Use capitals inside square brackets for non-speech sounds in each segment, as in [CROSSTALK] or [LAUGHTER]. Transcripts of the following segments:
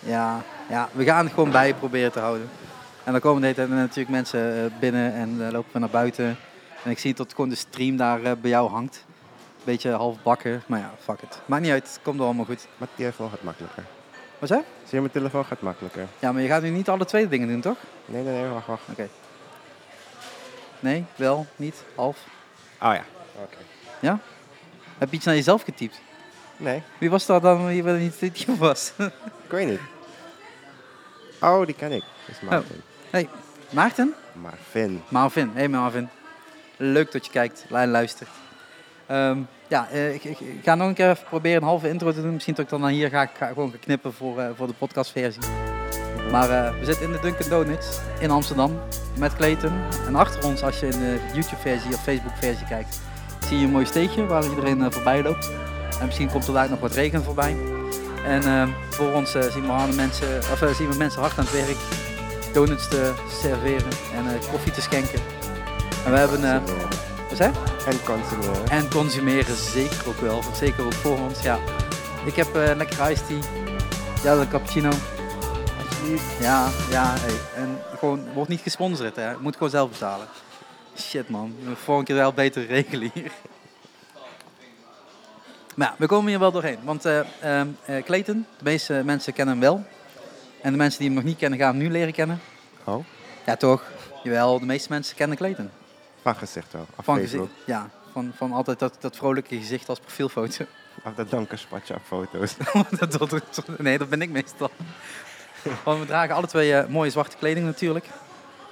Ja, ja, we gaan het gewoon bij proberen te houden. En dan komen de hele tijd natuurlijk mensen eh, binnen en eh, lopen we naar buiten. En ik zie dat gewoon de stream daar eh, bij jou hangt. Beetje half bakken, maar ja, fuck it. Maakt niet uit, het komt wel allemaal goed. Mijn telefoon gaat makkelijker. Wat zei? je? Zie je, mijn telefoon gaat makkelijker. Ja, maar je gaat nu niet alle twee dingen doen, toch? Nee, nee, nee, wacht, wacht. Oké. Nee, wel, niet, half. Oh ja. Oké. Ja? Heb je iets naar jezelf getypt? Nee, Wie was dat dan die wel niet die was? [LAUGHS] ik weet niet. Oh, die ken ik. Dat is Maarten. hey, Maarten? Marvin. Marvin, hey Marvin. Leuk dat je kijkt en luistert. Ehm, ja, eh, ik, ik, ik ga nog een keer even proberen een halve intro te doen. Misschien dat ik dan naar hier ga, ik ga gewoon gaan knippen voor, eh, voor de podcastversie. Maar eh, we zitten in de Dunkin' Donuts in Amsterdam met Clayton. En achter ons, als je in de YouTube-versie of Facebook-versie kijkt, zie je een mooi steegje waar iedereen eh, voorbij loopt. En misschien komt er daar nog wat regen voorbij. En ehm, voor ons eh, zien, we harde mensen, of, eh, zien we mensen hard aan het werk donuts te serveren en eh, koffie te schenken. En we hebben, eh Consumeren. wat zei? En consumeren. En consumeren zeker ook wel, zeker ook voor ons, ja. Ik heb eh, een lekker iced tea, ja, een cappuccino, Alsjeblieft. ja, ja, hey. En gewoon, wordt niet gesponsord, hè. Je moet gewoon zelf betalen. Shit, man. De Volgende keer wel beter regelen hier. Maar ja, we komen hier wel doorheen. Want eh ehm, eh, Clayton, de meeste mensen kennen hem wel. En de mensen die hem nog niet kennen, gaan hem nu leren kennen. Oh, Ja, toch? Jawel, de meeste mensen kennen Clayton. van gezicht wel. Af Van Facebook. gezicht. Ja, van, van altijd dat, dat vrolijke gezicht als profielfoto. [LAUGHS] Af dat donker spatje op foto's. dat, dat- dat- nee, dat ben ik meestal. Want we dragen alle twee eh, mooie zwarte kleding natuurlijk.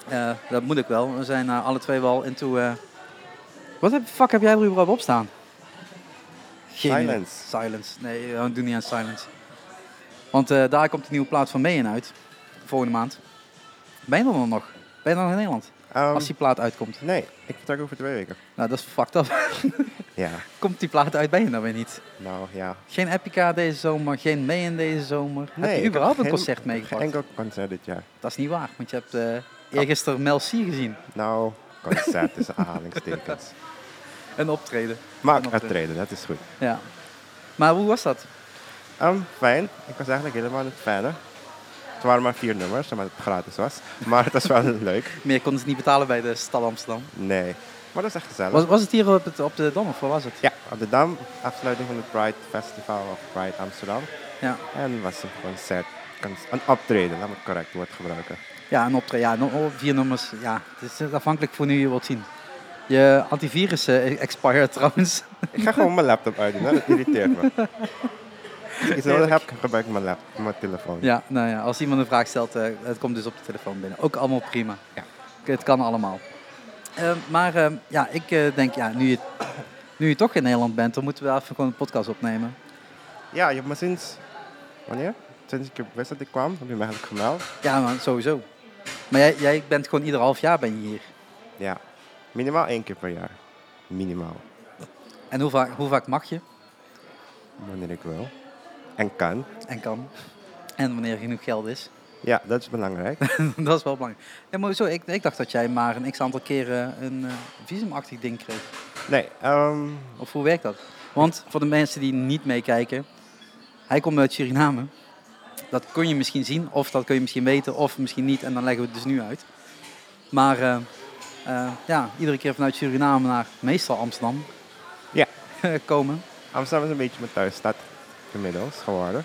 Eh, dat moet ik wel. We zijn eh, alle twee wel into... eh, Wat de fuck heb jij er überhaupt op staan? Geen idee. Silence. Silence. Nee, eh, doe niet aan Silence. Want eh, daar komt de nieuwe plaat van Meehan uit. Volgende maand. Ben je er dan nog? Ben je dan nog in Nederland? Ehm, Als die plaat uitkomt. Nee, ik vertrek over twee weken. Nou, dat is fucked up. [LAUGHS] Ja, Komt die plaat uit bij je dan weer niet? nou ja. Geen Epica deze zomer, geen Mayen deze zomer. Nee, heb je ik überhaupt heb een geen- concert meegepakt? Geen enkel Ah. concert dit jaar. Dat is niet waar, want je hebt eh eergisteren Mel C gezien. Nou, concert [LAUGHS] is aanhalingstekens. Een optreden. Maar Een het optreden. treden, dat is goed. Ja. Maar hoe was dat? Ehm, fijn. Ik was eigenlijk helemaal niet fan. hè. Het waren maar vier nummers, omdat het gratis was. [LAUGHS] Maar het was wel leuk. Meer konden ze niet betalen bij de stad Amsterdam. Nee. Maar dat is echt gezellig. Was, was het hier op, het, op de Dam of waar was het? Ja, op de Dam, afsluiting van het Pride Festival of Pride Amsterdam. Ja, En was een concert, cons- een optreden, laat me het correct woord gebruiken. ja een optreden. Ja, no- oh, vier nummers. Ja, het is eh, afhankelijk van hoe je wilt zien. Je antivirus eh, expired trouwens. Ik ga gewoon mijn laptop uitdoen, hè, dat irriteert [LAUGHS] me. Als ik iets nodig heb, gebruik ik mijn, lap, mijn telefoon. Ja, nou ja, als iemand een vraag stelt, eh, het komt dus op de telefoon binnen. Ook allemaal prima. Ja. Het kan allemaal. Eh, maar eh, ja, ik eh, denk, ja, nu, je, nu je toch in Nederland bent, dan moeten we even gewoon een podcast opnemen. Ja, je hebt me sinds, wanneer? Sinds ik wist dat ik kwam, heb je me eigenlijk gemeld. Ja, man, sowieso. Maar jij, jij bent gewoon ieder half jaar ben je hier. Ja, minimaal één keer per jaar. Minimaal. En hoe vaak, hoe vaak mag je Wanneer ik wil. En kan. en kan? En wanneer genoeg geld is. [LAUGHS] Ja, dat is belangrijk. [LAUGHS] dat is wel belangrijk. Nee, maar zo, ik, ik dacht dat jij maar een x-aantal keren een eh, visumachtig ding kreeg. Nee, ehm, Of hoe werkt dat? Want voor de mensen die niet meekijken, hij komt uit Suriname. Dat kun je misschien zien, of dat kun je misschien weten, of misschien niet. En dan leggen we het dus nu uit. Maar eh, eh, ja, iedere keer vanuit Suriname naar meestal Amsterdam eh, ja. komen. Amsterdam is een beetje mijn thuisstad inmiddels geworden.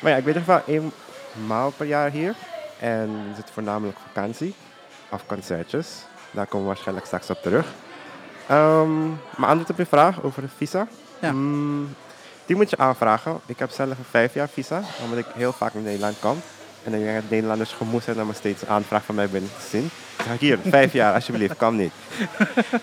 Maar ja, ik ben in ieder geval eenmaal per jaar hier. En is het voornamelijk vakantie of concertjes. Daar komen we waarschijnlijk straks op terug. Ehm, maar antwoord op je vraag over het visa. Ja. Mm, die moet je aanvragen. Ik heb zelf een vijf jaar visa, omdat ik heel vaak naar Nederland kom. En ik denk dat Nederlanders gemoed zijn om me steeds een aanvraag van mij binnen te zien. Ik zeg, hier, vijf jaar, alsjeblieft, [LAUGHS] kom niet.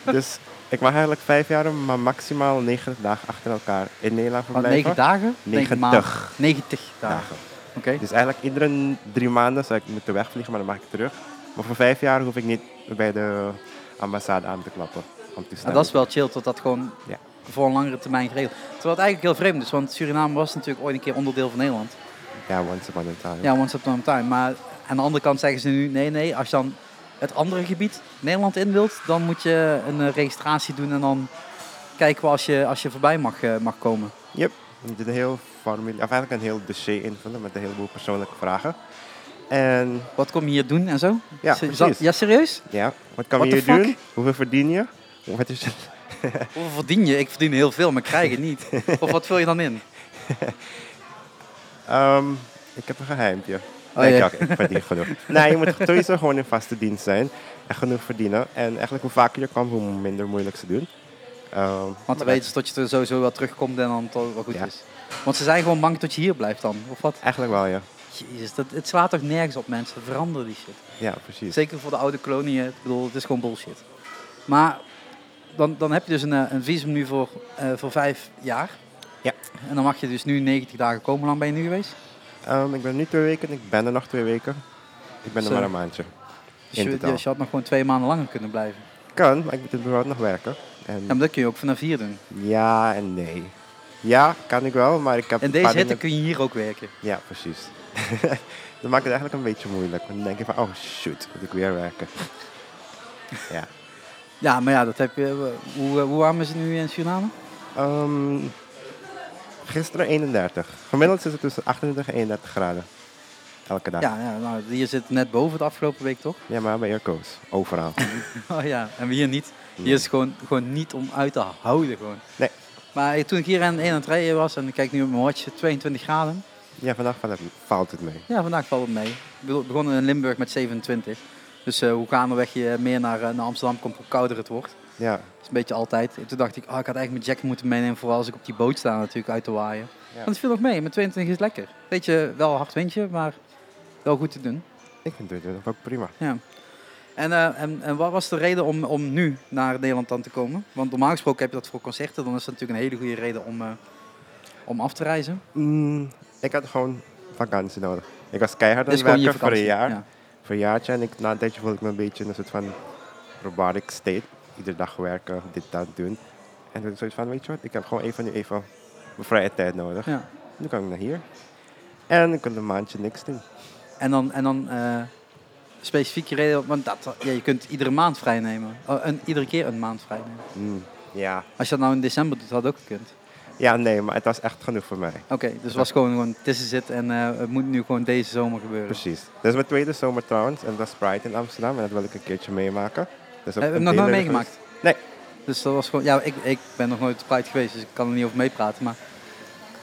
Dus ik mag eigenlijk vijf jaar, maar maximaal 90 dagen achter elkaar in Nederland Want verblijven. 9 dagen? Denk een maand. 90. 90 dagen. dagen. Oké. Dus eigenlijk iedere drie maanden zou ik moeten wegvliegen, maar dan mag ik terug. Maar voor vijf jaar hoef ik niet bij de ambassade aan te klappen. Om te Nou, stemmen. dat is wel chill, tot dat gewoon Ja. voor een langere termijn geregeld. Terwijl het eigenlijk heel vreemd is, want Suriname was natuurlijk ooit een keer onderdeel van Nederland. Ja, once upon a time. Ja, once upon a time. Maar aan de andere kant zeggen ze nu, nee, nee, als je dan het andere gebied Nederland in wilt, dan moet je een eh, registratie doen en dan kijken we als je, als je voorbij mag, eh, mag komen. Yep. Er zitten heel formulier, of eigenlijk een heel dossier invullen met een heleboel persoonlijke vragen. En Wat kom je hier doen en zo? Ja, Is- is precies. dat- ja serieus? ja, wat kan What je the hier fuck? doen? Hoeveel verdien je? Wat is het? Hoeveel verdien je? Ik verdien heel veel, maar krijg het niet. Of wat vul je dan in? Ehm, ik heb een geheimpje. Oh, nee, ja. ja. ik verdien genoeg. nee, je moet sowieso gewoon in vaste dienst zijn en genoeg verdienen. En eigenlijk hoe vaker je kan, hoe minder moeilijk ze doen. Ehm, maar Want dan weten ze dat je er sowieso wel terugkomt en dan het wel goed Ja. is. Want ze zijn gewoon bang dat je hier blijft dan, of wat? Eigenlijk wel, ja. Jezus, dat, het slaat toch nergens op mensen. Verander die shit. Ja, precies. Zeker voor de oude koloniën. Ik bedoel, het is gewoon bullshit. Maar dan, dan heb je dus een, eh, een visum nu voor, eh, voor vijf jaar. Ja. En dan mag je dus nu 90 dagen komen. Hoe lang ben je nu geweest? Ehm, ik ben nu twee weken, ik ben er nog twee weken. Ik ben er Zo. maar een maandje. Dus In je, totaal. dus je had nog gewoon twee maanden langer kunnen blijven. Kan, maar ik moet überhaupt nog werken. En Ja, maar dat kun je ook vanaf hier doen. ja en nee. Ja, kan ik wel, maar ik heb In een deze paar hitte dingen- kun je hier ook werken. Ja, precies. [LAUGHS] dat maakt het eigenlijk een beetje moeilijk. Want dan denk je van, oh shoot, moet ik weer werken. [LAUGHS] ja. Ja, maar ja, dat heb je. Hoe, eh, hoe warm is het nu in Suriname? Ehm, gisteren 31. Gemiddeld is het tussen 28 en 31 graden. Elke dag. Ja, Ja, ja nou, hier zit net boven de afgelopen week, toch? [LAUGHS] maar bij airco's. Overal. Oh ja, en hier niet. Hier is gewoon, gewoon niet om uit te houden. Gewoon. nee. Maar toen ik hier aan, een aan het rijden was en ik kijk nu op mijn watch, 22 graden. Ja, vandaag valt het- valt het mee. Ja, vandaag valt het mee. Ik bedoel, We begonnen in Limburg met 27. Dus eh, hoe gaandeweg je meer naar, eh, naar Amsterdam komt, hoe kouder het wordt. Ja. Dat is een beetje altijd. En toen dacht ik, ah, ik had eigenlijk mijn jacket moeten meenemen, vooral als ik op die boot sta natuurlijk, uit te waaien. Ja. Want het viel nog mee, met 22 is lekker. Weet je, wel een hard windje, maar wel goed te doen. Ik vind het ook prima. Ja. En, eh, en, en wat was de reden om, om nu naar Nederland dan te komen? Want normaal gesproken heb je dat voor concerten, dan is dat natuurlijk een hele goede reden om, eh, om af te reizen. Mm, ik had gewoon vakantie nodig. Ik was keihard aan Dit het is Dus gewoon je werken voor een vakantie. jaar. Ja. Voor een jaartje. En ik, na een tijdje voelde ik me een beetje in een soort van robotic state. Iedere dag werken, dit, dat doen. En toen had ik zoiets van, weet je wat, ik heb gewoon even nu even mijn vrije tijd nodig. Ja. Nu kan ik naar hier. En ik kon een maandje niks doen. En dan, en dan eh, specifiek je reden, want dat, ja, je kunt iedere maand vrij nemen. Oh, een, iedere keer een maand vrij nemen. Mm, ja. Als je dat nou in december doet, had dat ook gekund. ja, nee, maar het was echt genoeg voor mij. Oké, dus het was gewoon, gewoon tussen zit en eh, het moet nu gewoon deze zomer gebeuren. Precies. Dit is mijn tweede zomer trouwens. En dat is Pride in Amsterdam. En dat wil ik een keertje meemaken. Dus Eh, Heb je hem nog nooit meegemaakt? Nee. Dus dat was gewoon, ja, ik, ik ben nog nooit op Pride geweest, dus ik kan er niet over meepraten. Maar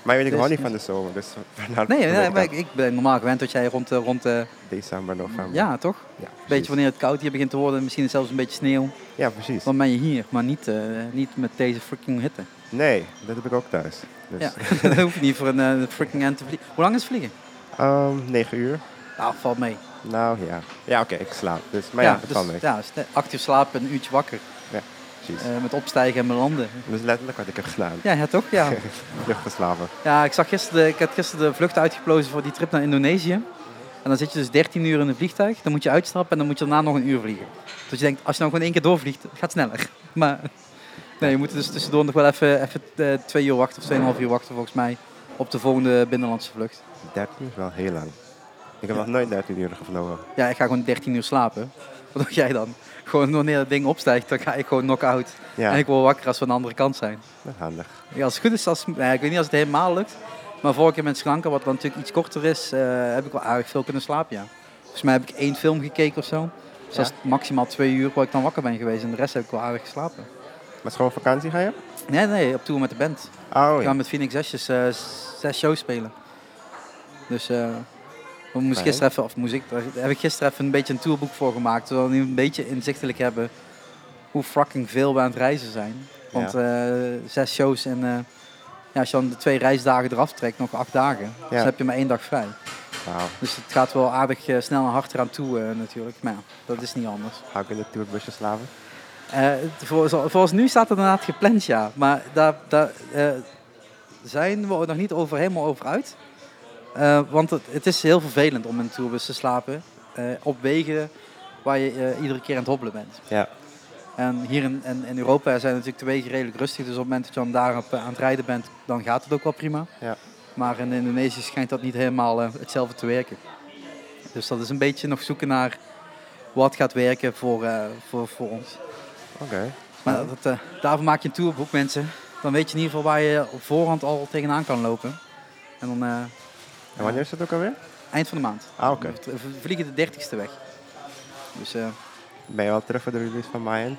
Maar weet ik Dus- hou niet van de zomer. Dus [LAUGHS] vandaar nee, dat nee, ik maar ik, dacht, ik ben normaal gewend dat jij rond, de- rond de, december, november. ja, toch? ja Beetje precies. wanneer het koud hier begint te worden, misschien zelfs een beetje sneeuw. Ja, precies. Dan ben je hier, maar niet, eh, niet met deze freaking hitte. Nee, dat heb ik ook thuis. Dus, Ja, [LAUGHS] dat hoeft niet voor een eh, freaking end te vliegen. Hoe lang is het vliegen? ehm, 9 uur. Nou, valt mee. Nou ja. Ja, oké, ik slaap. Dus, maar ja, dat dus, kan mee. ja, st- actief slapen, een uurtje wakker. Precies. eh, met opstijgen en belanden. dat is letterlijk wat ik heb gedaan. Ja, ja, toch? [LAUGHS] Ja. Lucht geslapen. ja, ik, zag gisteren, de- ik had gisteren de vlucht uitgeplozen voor die trip naar Indonesië. En dan zit je dus 13 uur in een vliegtuig. Dan moet je uitstappen en dan moet je daarna nog een uur vliegen. Dus je denkt, als je nou gewoon één keer doorvliegt, gaat het sneller. [LAUGHS] Maar nee, je moet dus tussendoor nog wel even, even eh, twee uur wachten of tweeënhalf uur wachten volgens mij. Op de volgende binnenlandse vlucht. 13 is wel heel lang. Ik heb nog nooit 13 uur gevlogen. Ja, ik ga gewoon 13 uur slapen. Wat doe jij dan? Gewoon wanneer dat ding opstijgt, dan ga ik gewoon knock-out. Ja, En ik word wakker als we aan de andere kant zijn. dat is handig. Ja, als het goed is, als, nee, ik weet niet als het helemaal lukt. Maar vorige keer met Sri Lanka, wat dan natuurlijk iets korter is, eh, heb ik wel aardig veel kunnen slapen, ja. Volgens mij heb ik één film gekeken of zo. Dus Ja. dat is maximaal twee uur waar ik dan wakker ben geweest. En de rest heb ik wel aardig geslapen. Maar is gewoon vakantie ga je? Nee, nee, op tour met de band. Oh We ja. gaan met Phoenix Ashes eh, s- zes shows spelen. Dus eh we moesten Fijn. gisteren even, of moest ik, daar heb ik gisteren even een beetje een tourboek voor gemaakt. Zodat we nu een beetje inzichtelijk hebben hoe fucking veel we aan het reizen zijn. Want eh, zes shows en eh, ja, als je dan de twee reisdagen eraf trekt, nog acht dagen. Dus dan heb je maar één dag vrij. Wauw. Dus het gaat wel aardig eh, snel en hard eraan toe eh, natuurlijk. Maar ja, dat is niet anders. Ga ik in de tourbusje slapen? Eh, voor, zo- volgens nu staat het inderdaad gepland, ja. Maar daar, daar eh, zijn we ook nog niet over, helemaal over uit. Eh, want het, het is heel vervelend om in een tourbus te slapen. eh, op wegen waar je eh, iedere keer aan het hobbelen bent. Ja. En hier in, in, in Europa zijn natuurlijk de wegen redelijk rustig. Dus op het moment dat je dan daar op, eh, aan het rijden bent, dan gaat het ook wel prima. Ja. Maar in Indonesië schijnt dat niet helemaal eh, hetzelfde te werken. Dus dat is een beetje nog zoeken naar wat gaat werken voor, eh, voor, voor ons. Oké. Maar dat, eh, daarvoor maak je een tourboek, mensen. Dan weet je in ieder geval waar je op voorhand al tegenaan kan lopen. En dan eh, En wanneer is dat ook alweer? eind van de maand. Ah, oké. We v- vliegen de 30ste weg. Dus eh, Ben je wel terug voor de release van Mayan?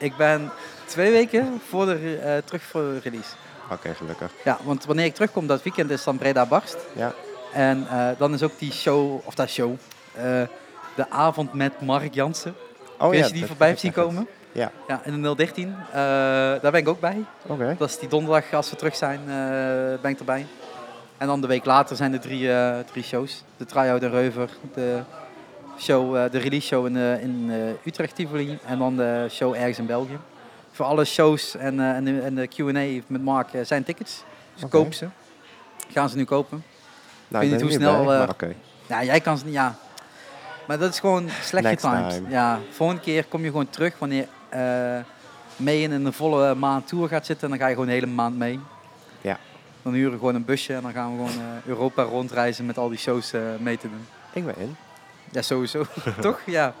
ik ben twee weken voor de, re- eh, terug voor de release. Oké, gelukkig. Ja, want wanneer ik terugkom dat weekend is dan Breda Barst. Ja, En eh, dan is ook die show, of dat show, eh, de avond met Mark Jansen. Oh Weet ja, je die dat- voorbij dat hebt zien [LAUGHS] zegt het. komen? Ja. Ja, in de 013. Eh, daar ben ik ook bij. oké. Dat is die donderdag als we terug zijn, eh, ben ik erbij. En dan de week later zijn er drie, eh, drie shows. De Tryout in Reuver, de, show, eh, de release show in, eh, in eh, Utrecht Tivoli en dan de show ergens in België. Voor alle shows en, eh, en de, en de Q&A met Mark eh, zijn tickets. Dus Oké. koop ze. Gaan ze nu kopen. Nou, weet niet ben er hoe bij, snel, maar eh, Oké, Ja, jij kan ze niet, ja. Maar dat is gewoon slecht Next getimed. time. Ja, volgende keer kom je gewoon terug wanneer eh mee in een volle maand tour gaat zitten. En dan ga je gewoon een hele maand mee. Ja. Dan huren we gewoon een busje en dan gaan we gewoon eh, Europa rondreizen met al die shows eh, mee te doen. ik ben in. Ja, sowieso. Toch? Ja.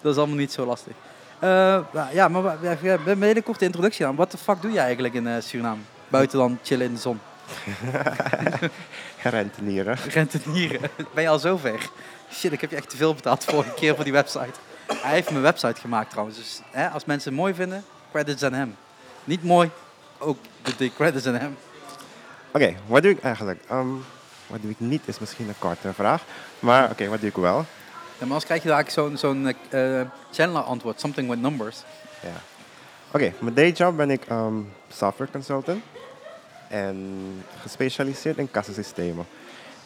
Dat is allemaal niet zo lastig. Eh, nou, ja, maar wa- ja, ja, we hebben een hele korte introductie aan. Wat de fuck doe je eigenlijk in eh, Suriname? Buiten dan chillen in de zon. Rentenieren. Rentenieren. Ben je al zover? Shit, ik heb je echt te veel betaald vorige keer voor die website. Hij heeft mijn website gemaakt trouwens. Dus hè, als mensen het mooi vinden, credits aan hem. Niet mooi, ook de, de credits aan hem. Oké, wat doe ik eigenlijk? Ehm, wat doe ik niet is misschien een korte vraag. Maar oké, wat doe ik wel? Ja, maar anders krijg je daar eigenlijk zo'n zo'n eh, Chandler antwoord. Something with numbers. Ja. Oké, mijn dayjob ben ik ehm, software consultant. En gespecialiseerd in kassasystemen.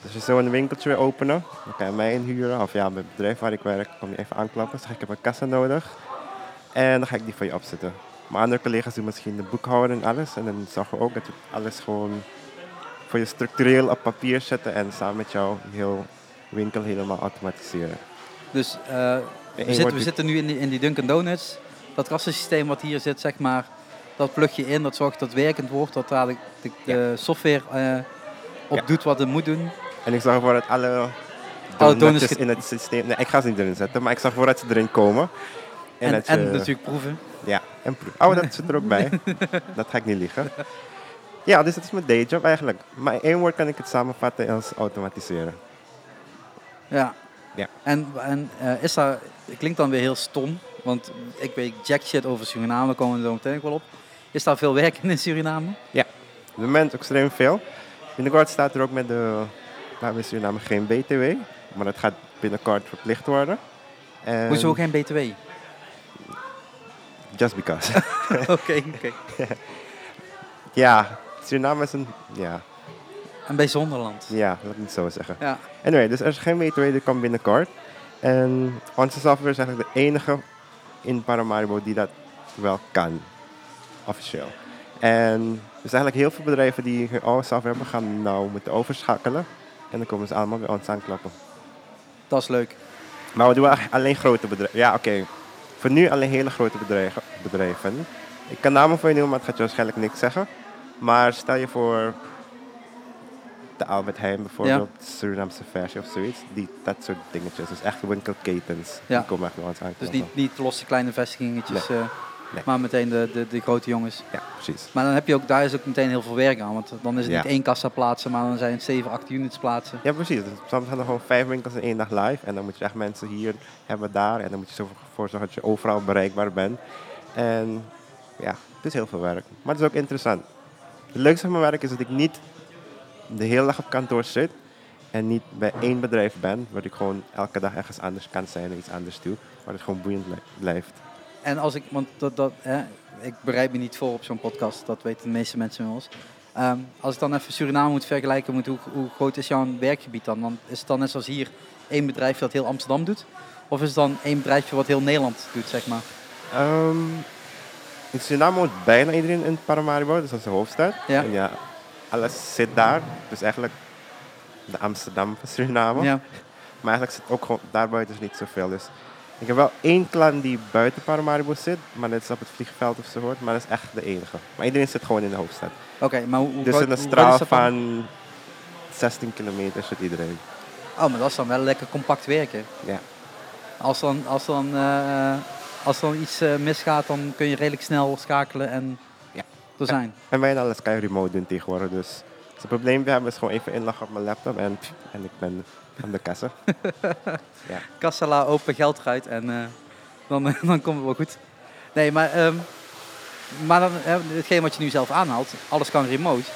Dus als je zo een winkeltje wil openen, dan kan je mij inhuren. Of ja, bij het bedrijf waar ik werk, kom je even aanklappen. Zeg ik heb een kassa nodig. En dan ga ik die voor je opzetten. Mijn andere collega's doen misschien de boekhouding en alles. En dan zorgen we ook dat we alles gewoon voor je structureel op papier zetten. En samen met jou heel winkel helemaal automatiseren. Dus eh, we, zitten, wordt we u- zitten nu in die, in die Dunkin' Donuts. Dat kassensysteem wat hier zit, zeg maar, dat plug je in, dat zorgt dat het werkend wordt, dat daar de, de- de software eh, op Ja. doet wat het moet doen. En ik zorg ervoor dat alle Alle donutjes donuts ge- in het systeem... Nee, ik ga ze niet erin zetten, maar ik zorg ervoor dat ze erin komen. En, en, dat je- natuurlijk proeven. Ja, en proe- Oh, dat zit er ook bij. [LAUGHS] dat ga ik niet liegen. Ja, dus dat is mijn dayjob eigenlijk. Maar in één woord kan ik het samenvatten als automatiseren. Ja. Ja. En, en eh, is dat, het klinkt dan weer heel stom, want ik weet jack shit over Suriname, daar komen we zo meteen ook wel op. Is daar veel werk in in Suriname? Ehm. Op het moment extreem veel. Binnenkort staat er ook met de... Nou, in Suriname geen BTW. Maar dat gaat binnenkort verplicht worden. En Hoezo geen BTW? [LAUGHS] Oké, Just because. [LAUGHS] oké. ja, Suriname is een... Ja, En bij Zonderland? ja, laat ik het zo zeggen. Ja. Anyway, dus er is geen BTW, die komt binnenkort. En onze software is eigenlijk de enige in Paramaribo die dat wel kan. Officieel. En dus eigenlijk heel veel bedrijven die hun oude software hebben, gaan nou moeten overschakelen. En dan komen ze allemaal bij ons aanklappen. Dat is leuk. Maar we doen eigenlijk alleen grote bedrijven. Ja, oké. Voor nu alleen hele grote bedrijven. bedrijven. Ik kan namen voor je noemen, maar het gaat je waarschijnlijk niks zeggen. Maar stel je voor de Albert Heijn bijvoorbeeld, Surinaamse versie of zoiets. Die, dat soort dingetjes. Dus echt winkelketens. Ja. Die komen echt bij ons aan. Dus niet, niet losse kleine vestigingetjes, eh, Nee. maar meteen de, de, de grote jongens. Ja, precies. Maar dan heb je ook, daar is ook meteen heel veel werk aan, want dan is het Ja. niet één kassa plaatsen, maar dan zijn het 7, 8 units plaatsen. Ja, precies. Dus soms gaan er gewoon vijf winkels in één dag live. En dan moet je echt mensen hier hebben, daar. En dan moet je ervoor zorgen dat je overal bereikbaar bent. En ja, het is heel veel werk. Maar het is ook interessant. Het leukste van mijn werk is dat ik niet de hele dag op kantoor zit. En niet bij één bedrijf ben. Waar ik gewoon elke dag ergens anders kan zijn en iets anders doe. Maar het gewoon boeiend blij- blijft. En als ik, want dat, dat, hè, ik bereid me niet voor op zo'n podcast, dat weten de meeste mensen wel eens. Ehm, als ik dan even Suriname moet vergelijken, met hoe, hoe groot is jouw werkgebied dan? Want is het dan net zoals hier één bedrijfje dat heel Amsterdam doet? Of is het dan één bedrijfje wat heel Nederland doet, zeg maar? Ehm in Suriname woont bijna iedereen in Paramaribo, dus onze hoofdstad. Ja. En ja, alles zit daar. Dus eigenlijk de Amsterdam van Suriname. Ja, Maar eigenlijk zit ook gewoon daarbuiten is niet zoveel. Dus ik heb wel één clan die buiten Paramaribo zit, maar dat is op het vliegveld of zo. Maar dat is echt de enige. Maar iedereen zit gewoon in de hoofdstad. oké, maar hoe, hoe dus groot- in een hoe groot straal is dat dan? van 16 kilometer zit iedereen. Oh, maar dat is dan wel lekker compact werken. Ja. Als dan, als dan, eh, als dan iets eh, misgaat, dan kun je redelijk snel schakelen en Ja. er zijn. En bijna alles kan je remote doen tegenwoordig. Dus Dus het probleem we hebben is gewoon even inloggen op mijn laptop en, pff, en ik ben aan de kassen. Kassala, open geld eruit en eh, dan, [LAUGHS] dan komt het wel goed. Nee, maar, ehm, maar dan, hè, hetgeen wat je nu zelf aanhaalt, alles kan remote.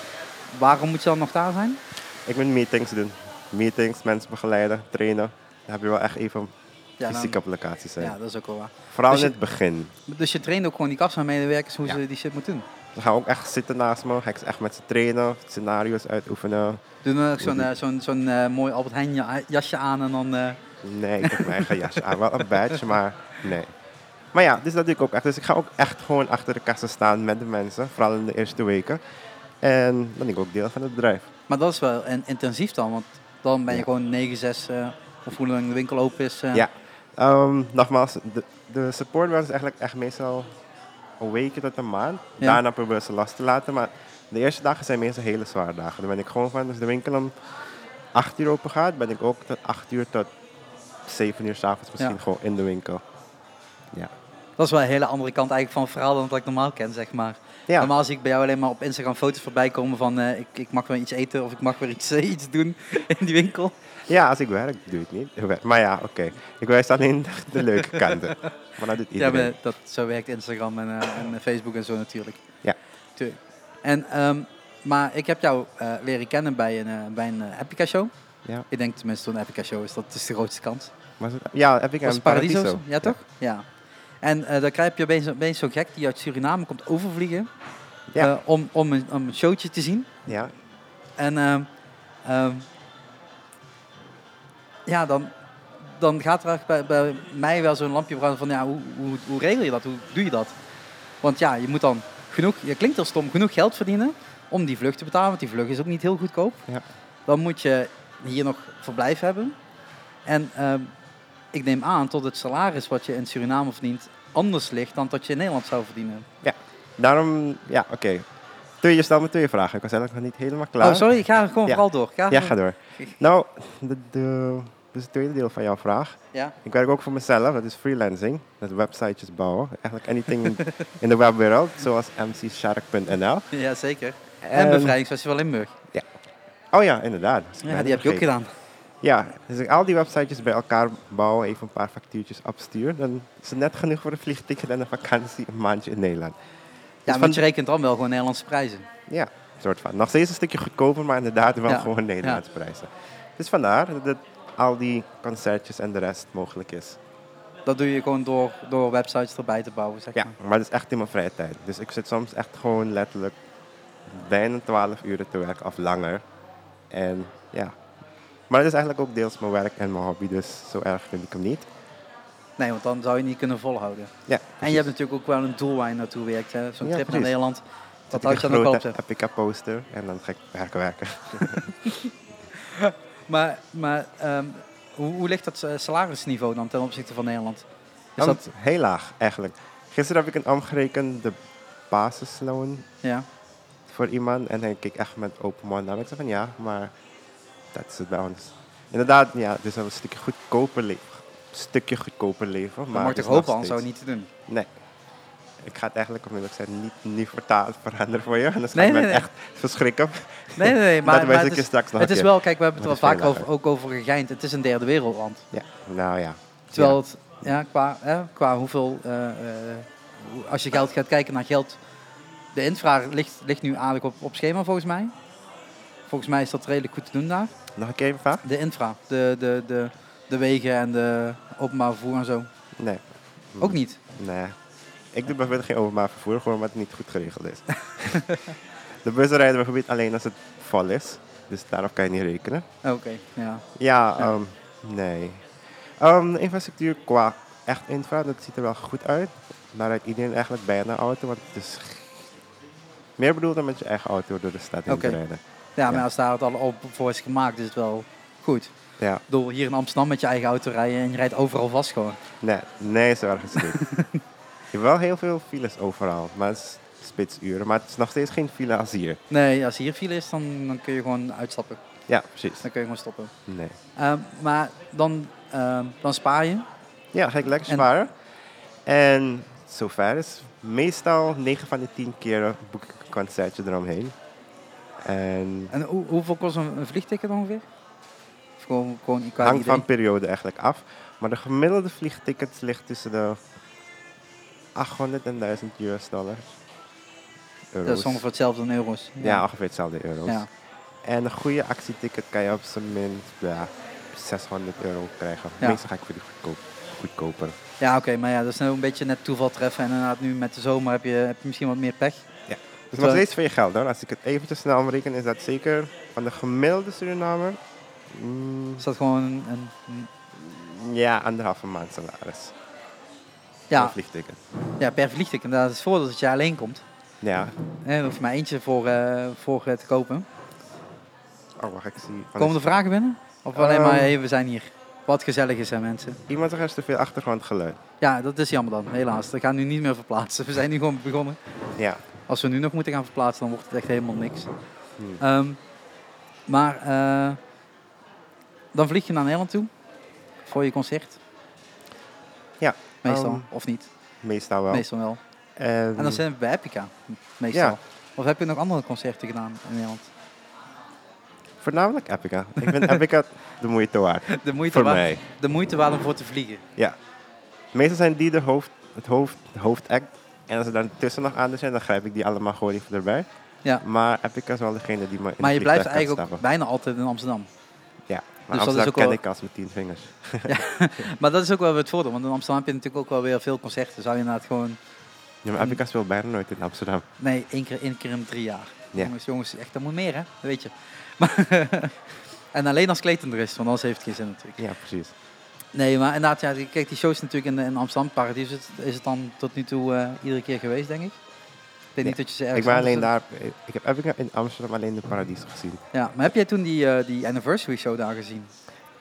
Waarom moet je dan nog daar zijn? Ik moet meetings doen. Meetings, mensen begeleiden, trainen. Dan heb je wel echt even dan- fysiek op locatie zijn. ja, dat is ook wel waar. Vooral dus in je- het begin. Dus je traint ook gewoon die kassa-medewerkers hoe Ja. ze die shit moeten doen. Ze gaan ook echt zitten naast me. Ga ik ze echt met ze trainen, scenario's uitoefenen. Doe dan ook zo'n eh, zo'n zo'n, eh, mooi Albert Heijn ja- jasje aan en dan... eh, Nee, ik heb mijn eigen jasje aan. Wel een badge, maar nee. Maar ja, dus dat doe ik ook echt. Dus ik ga ook echt gewoon achter de kassen staan met de mensen. Vooral in de eerste weken. En dan ben ik ook deel van het bedrijf. Maar dat is wel en, intensief dan, want dan ben je Ja. gewoon 9-6 eh, of hoe lang de winkel open is. eh. Ja. Ehm, nogmaals, de, de support bij ons is eigenlijk echt meestal een week tot een maand. Ja. Daarna proberen we ze last te laten. Maar de eerste dagen zijn meestal hele zware dagen. Dan ben ik gewoon van, als de winkel om 8 uur open gaat, ben ik ook tot 8 uur tot 7 uur s'avonds misschien Ja. gewoon in de winkel. Ja. Dat is wel een hele andere kant eigenlijk van het verhaal dan wat ik normaal ken, zeg maar. Ja. Normaal zie ik bij jou alleen maar op Instagram foto's voorbij komen van eh, ik, ik mag weer iets eten of ik mag weer iets, [LAUGHS] eh, iets doen in die winkel. ja, als ik werk, doe ik niet. Maar ja, oké. Ik wijs alleen [LAUGHS] de leuke kanten. Maar dat doet Ja, iedereen. maar dat, zo werkt Instagram en, eh, en Facebook en zo natuurlijk. Ja. Tuurlijk. En, ehm, maar ik heb jou eh, leren kennen bij een, eh, bij een eh, Epica Show. Ja. Ik denk tenminste zo'n Epica Show is, dat is de grootste kans. Maar, zo- ja, heb ik Dat een is Paradiso. paradiso. Ja, toch? Ja. En eh, dan krijg je opeens, opeens zo'n gek die uit Suriname komt overvliegen Ja. eh, om, om, een, om een showtje te zien. Ja, En ehm, ehm, ja, dan, dan gaat er echt bij, bij mij wel zo'n lampje branden van ja, hoe, hoe, hoe regel je dat? Hoe doe je dat? Want ja, je moet dan genoeg, je klinkt al stom, genoeg geld verdienen om die vlucht te betalen, want die vlucht is ook niet heel goedkoop. Ja. Dan moet je hier nog verblijf hebben. En ehm, ik neem aan tot het salaris wat je in Suriname verdient anders ligt dan dat je in Nederland zou verdienen. Daarom, ja, oké. Twee, Je stelt me twee vragen. Ik was eigenlijk nog niet helemaal klaar. Oh, sorry, ik ga gewoon Ja. vooral door. Ga Ja, gewoon- ga door. Nou, de, de, dus het tweede deel van jouw vraag. Ja. [LAUGHS] Ik werk ook voor mezelf, dat is freelancing. Dat is websitejes bouwen. [LAUGHS] Eigenlijk anything in de webwereld, zoals mcshark.nl. ja, zeker. En Ehm, bevrijdingsfestival in Murg. Oh ja, inderdaad. Dat is Ja, bijna die heb je ook vergeten. gedaan. Ja, dus ik al die websitejes bij elkaar bouwen, even een paar factuurtjes opstuur. Dan is het net genoeg voor een vliegticket en een vakantie, een maandje in Nederland. Ja, Dus van- want je rekent dan wel gewoon Nederlandse prijzen. Ja, soort van. Nog steeds een stukje goedkoper, maar inderdaad wel Ja, gewoon Nederlandse prijzen. Dus vandaar dat al die concertjes en de rest mogelijk is. Dat doe je gewoon door, door websites erbij te bouwen, zeg Ja, maar. maar dat is echt in mijn vrije tijd. Dus ik zit soms echt gewoon letterlijk bijna 12 uren te werken of langer. En ja. Maar dat is eigenlijk ook deels mijn werk en mijn hobby, dus zo erg vind ik hem niet. Nee, want dan zou je niet kunnen volhouden. Ja, dus En je hebt natuurlijk ook wel een doel waar je naartoe werkt. Hè? Zo'n trip Ja, naar precies. Nederland. Dat houdt je aan de koop. grote Epica poster en dan ga ik werken, werken. Maar, maar ehm, hoe, hoe ligt dat eh, salarisniveau dan ten opzichte van Nederland? Is Is dat, Heel laag eigenlijk. Gisteren heb ik een omgerekende basisloon ja. voor iemand. En hij keek echt met open mond naar me. Ik zei van ja, maar dat is het bij ons. Inderdaad, ja, het is wel een stukje goedkoper leven. stukje goedkoper leven. Dan Maar mag het ik is nog hopen, anders zou steeds- het niet te doen. Nee. Ik ga het eigenlijk, om eerlijk te zijn, niet, niet vertaald veranderen voor je. Anders Nee, ga nee, je nee. echt verschrikken. Nee, nee, nee. [LAUGHS] Maar, Maar, dat maar weet het, ik je is, straks nog het een is keer. wel, kijk, we hebben het Maar wel dat is vaker veel over, ook over gegeind. Het is een derde wereldland. Ja, nou ja. Terwijl het, ja, qua, hè, qua hoeveel, eh, eh, hoe- als je geld gaat kijken naar geld, de infra ligt, ligt nu aardig op, op schema volgens mij. Volgens mij is dat redelijk goed te doen daar. Nog een keer een vraag? De infra, de, de, de, de wegen en de openbaar vervoer en zo. Nee. Hm. Ook niet. Nee. Ik doe bijvoorbeeld geen openbaar vervoer, gewoon omdat het niet goed geregeld [LAUGHS] is. de bussen rijden bijvoorbeeld alleen als het vol is. Dus daarop kan je niet rekenen. Oh, Oké, ja. Ja, Ja. ehm, nee. Ehm, de infrastructuur qua echt infra, dat ziet er wel goed uit. Daar rijdt iedereen eigenlijk bijna auto, want het is meer bedoeld dan met je eigen auto door de stad in Oké. te rijden. Ja, maar als daar het al op voor is gemaakt, is het wel goed. Ik Ja, bedoel, hier in Amsterdam met je eigen auto rijden en je rijdt overal vast gewoon. nee, nee, zo erg is het [LAUGHS] niet. je hebt wel heel veel files overal, maar het is spitsuren. Maar het is nog steeds geen file als hier. Nee, als hier file is, dan, dan kun je gewoon uitstappen. Ja, precies. Dan kun je gewoon stoppen. Nee. Ehm, maar dan, ehm, dan spaar je. Ja, ga ik lekker En- sparen. En zover is meestal 9 van de 10 keren boek ik een concertje eromheen. En En hoe, hoeveel kost een, een vliegticket ongeveer? Of gewoon, gewoon qua hangt idee? van periode eigenlijk af. Maar de gemiddelde vliegticket ligt tussen de 800 en 1000 US dollar. Dat is Euro's. ongeveer hetzelfde in euro's. Ja, ongeveer hetzelfde euro's. Ja. En een goede actieticket kan je op zijn minst ja, 600 euro krijgen. Ja. Meestal ga ik voor die goedkoop, goedkoper. Ja, oké, maar ja, dat is nou een beetje net toeval treffen. En inderdaad, nu met de zomer heb je, heb je misschien wat meer pech. Dus nog steeds van je geld hoor. Als ik het eventjes snel omreken, is dat zeker van de gemiddelde Surinamer. mm, Is dat gewoon een... een- ja, anderhalve maand salaris. Een ja, vliegticket. ja, per vliegticket. Dat is het voordeel dat je alleen komt. Ja. En dan hoef je maar eentje voor, eh, voor eh, te kopen. Oh, wacht, ik zie. van Komen er vragen binnen? Of alleen maar, Ehm. hey, we zijn hier. Wat gezellig is, hè, mensen. Iemand er is te veel achtergrondgeluid. Ja, dat is jammer dan, helaas. Dat gaan we nu niet meer verplaatsen. We zijn nu gewoon begonnen. Ja. Als we nu nog moeten gaan verplaatsen, dan wordt het echt helemaal niks. Hmm. Ehm, maar eh, dan vlieg je naar Nederland toe voor je concert. Ja, Meestal, ehm, of niet? Meestal wel. Ehm, Meestal wel. En, En dan zijn we bij Epica, meestal. Mm. Ja. Of heb je nog andere concerten gedaan in Nederland? Voornamelijk Epica. Ik [LAUGHS] vind Epica de moeite waard. De moeite, Voor waard- mij. De moeite waard om voor te vliegen. Ja. Meestal zijn die de hoofd, het hoofd, hoofdact. En als er dan tussen nog anders zijn, dan grijp ik die allemaal gewoon even erbij. Ja. Maar Epica is wel degene die me in Maar het je blijft vliegtuig kan eigenlijk ook stappen. bijna altijd in [LAUGHS] Amsterdam. Ja, maar dat is Amsterdam ook ken wel- ik als met tien vingers. Maar dat is ook wel weer het voordeel, want in Amsterdam heb je natuurlijk ook wel weer veel concerten. Zou je inderdaad gewoon, Ja, Mm. maar Epica speelt bijna nooit in Amsterdam. nee, één keer, één keer in drie jaar. Ja. Jongens, jongens, echt, dat moet meer, hè? Dat weet je. [LAUGHS] Maar en alleen als Clayton er is, want anders heeft het geen zin natuurlijk. Ja, precies. Nee, maar inderdaad, ja, kijk, die shows natuurlijk in, in Amsterdam Paradies is het, is het dan tot nu toe eh, iedere keer geweest, denk ik. Ik denk Ja. niet dat je ze ergens Ik ben anders- alleen daar, ik heb Epica in Amsterdam alleen de Paradies gezien. Ja, maar heb jij toen die, eh, die anniversary show daar gezien?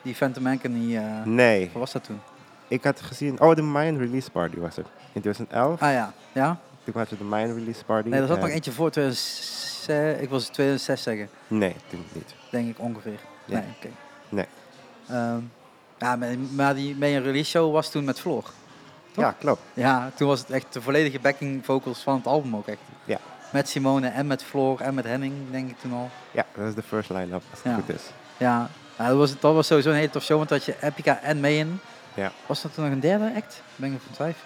Die Phantom Mankin, eh Nee, wat was dat toen? ik had gezien, oh de Mayan Release Party was het. In 2011, Ah ja, ja? toen had je de Mayan Release Party. Nee, er zat en- nog eentje voor 2006, ik was 2006 zeggen. Nee, toen niet. denk ik ongeveer. Ja. Nee, oké. Nee. Ehm, ja, maar- maar die main release show was toen met Floor. Toch? Ja, klopt. Ja, toen was het echt de volledige backing vocals van het album ook echt. Ja. Met Simone en met Floor en met Henning, denk ik toen al. Ja, dat is de first line-up, als het Ja. goed is. Ja, ja, dat, was, dat was sowieso een hele tof show, want dat je Epica en Mayen. Ja. Was dat toen nog een derde act? Ben ik van twijfel.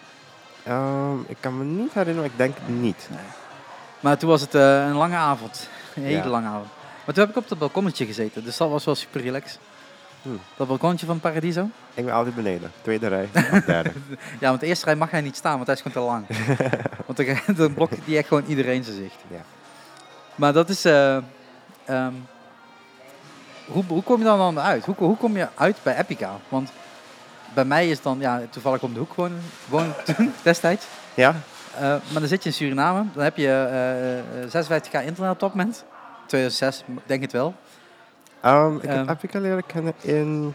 Ehm, ik kan me niet herinneren, maar ik denk het niet. Maar toen was het eh, een lange avond. [LAUGHS] Een hele Ja. lange avond. Maar toen heb ik op dat balkonnetje gezeten, dus dat was wel super relaxed. Hmm. Dat balkonnetje van Paradiso. Ik ben altijd beneden. Tweede [LAUGHS] rij, of derde. Ja, want de eerste rij mag hij niet staan, want hij is gewoon te lang. want dan, dan blokt hij echt gewoon iedereen zijn zicht. Ja. Maar dat is... eh, ehm, hoe, hoe kom je dan dan uit? Hoe, hoe kom je uit bij Epica? Want bij mij is dan, ja, toevallig om de hoek wonen, wonen toen, [LAUGHS] destijds. Ja? Eh, maar dan zit je in Suriname, dan heb je eh, eh, 56k internet op dat moment. 2006, denk het wel. Ehm, ik heb Ehm. Afrika leren kennen in...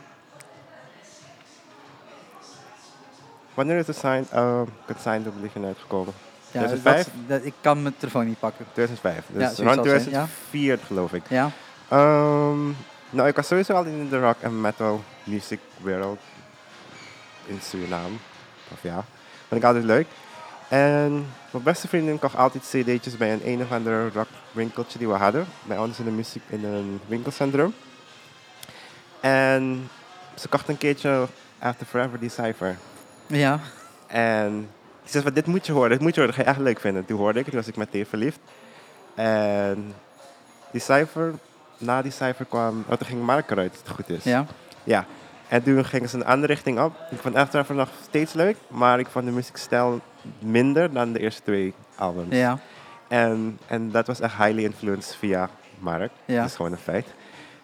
Wanneer is de sign, ehm het sign door Belief in uitgekomen? Ja, dat- 2005? dat- ik kan mijn telefoon niet pakken. 2005. Ja, Dus zoiets rond zal het zijn, 2004 geloof ik. Ja, Ehm, nou, ik was sowieso al in de rock en metal music wereld in Suriname. Of ja, vond ik altijd leuk. En mijn beste vriendin kocht altijd cd'tjes bij een een of andere rockwinkeltje die we hadden. Bij ons in, de muziek, in een winkelcentrum. En ze kocht een keertje After Forever die Cypher. ja. En ze zei, van, dit moet je horen, dit moet je horen, dat ga je echt leuk vinden. Toen hoorde ik het, toen was ik meteen verliefd. En die cijfer, na die cijfer kwam, oh, toen ging Mark eruit, als het goed is. ja. Ja. En toen gingen ze een andere richting op. Ik vond After Forever nog steeds leuk, maar ik vond de muziekstijl minder dan de eerste twee albums. ja. En, en dat was echt highly influenced via Mark. Ja. Dat is gewoon een feit.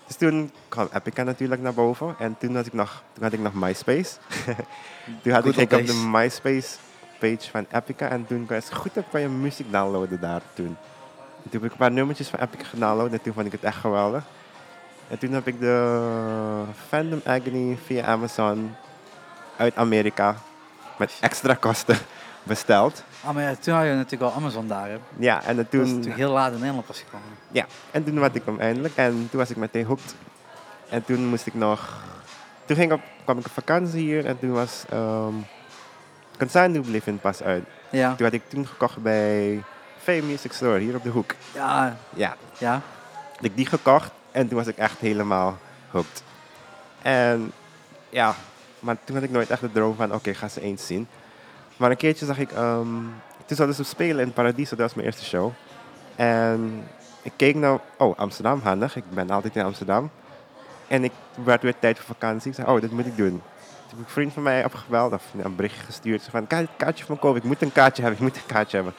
Dus toen kwam Epica natuurlijk naar boven. En toen had ik nog, toen had ik nog MySpace. [LAUGHS] toen had Good ik gekeken op old de MySpace page van Epica. En toen was het goed, heb, kan je muziek downloaden daar toen. En toen heb ik een paar nummertjes van Epica gedownload. En toen vond ik het echt geweldig. En toen heb ik de Fandom Agony via Amazon uit Amerika met extra kosten besteld. Ah, maar ja, toen had je natuurlijk al Amazon daar. Hè. Ja, en Toen... dan toen... Dat is natuurlijk heel laat in Nederland pas gekomen. Ja, en toen had ik hem eindelijk. En toen was ik meteen hooked. En toen moest ik nog... Toen ging ik op, kwam ik op vakantie hier en toen was... ehm Concern New Living pas uit. Ja, Toen had ik toen gekocht bij Fame Music Store, hier op de hoek. ja, Ja, ja. Had ik die gekocht en toen was ik echt helemaal hooked. En ja, maar toen had ik nooit echt de droom van, oké, ik ga ze eens zien. Maar een keertje zag ik, ehm toen zouden ze spelen in Paradiso, dat was mijn eerste show. En ik keek nou, oh, Amsterdam, handig, ik ben altijd in Amsterdam. En ik werd weer tijd voor vakantie, ik zei, oh, dat moet ik doen. Toen heb ik een vriend van mij opgebeld, of een berichtje gestuurd, zo van, kan je het kaartje van kopen, ik moet een kaartje hebben, ik moet een kaartje hebben.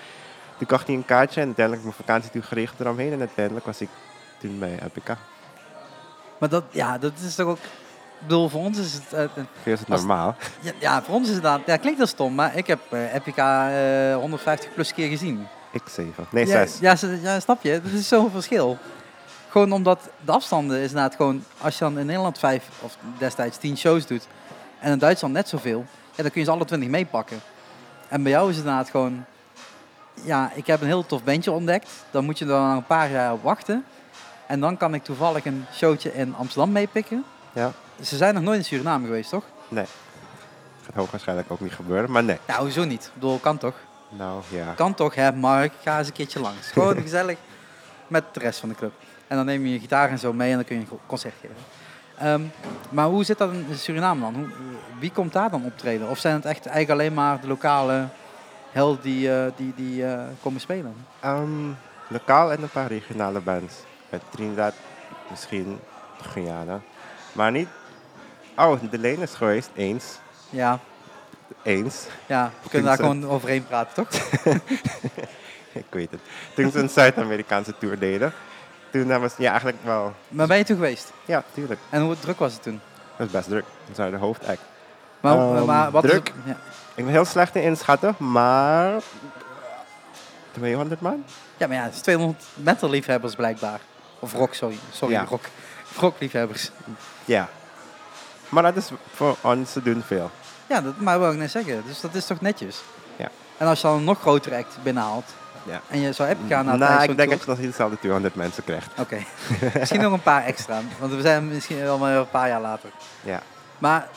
Toen kocht hij een kaartje en uiteindelijk mijn vakantie toen geregeld eromheen. En uiteindelijk was ik toen bij Epica. Maar dat, ja, dat is toch ook... Ik bedoel, voor ons is het... eh, eh, Voor jou is het Als- normaal. ja, ja, voor ons is het aan... Ja, klinkt heel stom, maar ik heb eh, Epica eh, 150 plus keer gezien. Ik zeven. Nee, ja, zes. ja, ze- ja, snap je? Dat is zo'n verschil. Gewoon omdat de afstanden is het gewoon... Als je dan in Nederland vijf of destijds tien shows doet... en in Duitsland net zoveel... Ja, dan kun je ze alle twintig meepakken. En bij jou is het inderdaad gewoon... Ja, ik heb een heel tof bandje ontdekt. Dan moet je er dan een paar jaar op wachten. En dan kan ik toevallig een showtje in Amsterdam meepikken. Ja. Ze zijn nog nooit in Suriname geweest, toch? Gaat hoogwaarschijnlijk ook niet gebeuren, maar nee. Nou, hoezo niet? Ik bedoel, kan toch? Nou, ja. Kan toch, hè, Mark? Ga eens een keertje langs. [LAUGHS] Gewoon gezellig met de rest van de club. En dan neem je je gitaar en zo mee en dan kun je een go- concert geven. Ehm, maar hoe zit dat in Suriname dan? Hoe, wie komt daar dan optreden? Of zijn het echt eigenlijk alleen maar de lokale helden die, eh, die, die eh, komen spelen? Ehm, lokaal en een paar regionale bands. Uit Trinidad, misschien Guyana. Maar niet... Oh, de Leen is geweest. Eens. Ja, Eens. [LAUGHS] ja we kunnen daar gewoon overheen praten, toch? [LAUGHS] Ik weet het. Toen ze een Zuid-Amerikaanse tour deden. Toen eh, was ja, eigenlijk wel... Maar ben je toen geweest? Ja, tuurlijk. En hoe druk was het toen? Dat was best druk. Dat zijn de hoofdact. Maar, hoe- Ehm, maar wat is- druk? ja. Ik ben heel slecht in inschatten, maar... 200 man? ja, maar ja, het is 200 metal liefhebbers blijkbaar. Of rock, sorry. Sorry, Ja. rock. [LAUGHS] Rock liefhebbers. Ja. Maar dat is voor ons te doen veel. Ja, dat maar wil ik net zeggen. Dus dat is toch netjes? Ja. En als je dan een nog groter act binnenhaalt Ja. en je zou Epica na nou, ik zo'n denk dat tour- je nog niet dezelfde 200 mensen krijgt. Oké. [LAUGHS] misschien nog een paar extra, want we zijn misschien wel maar een paar jaar later. Ja. Maar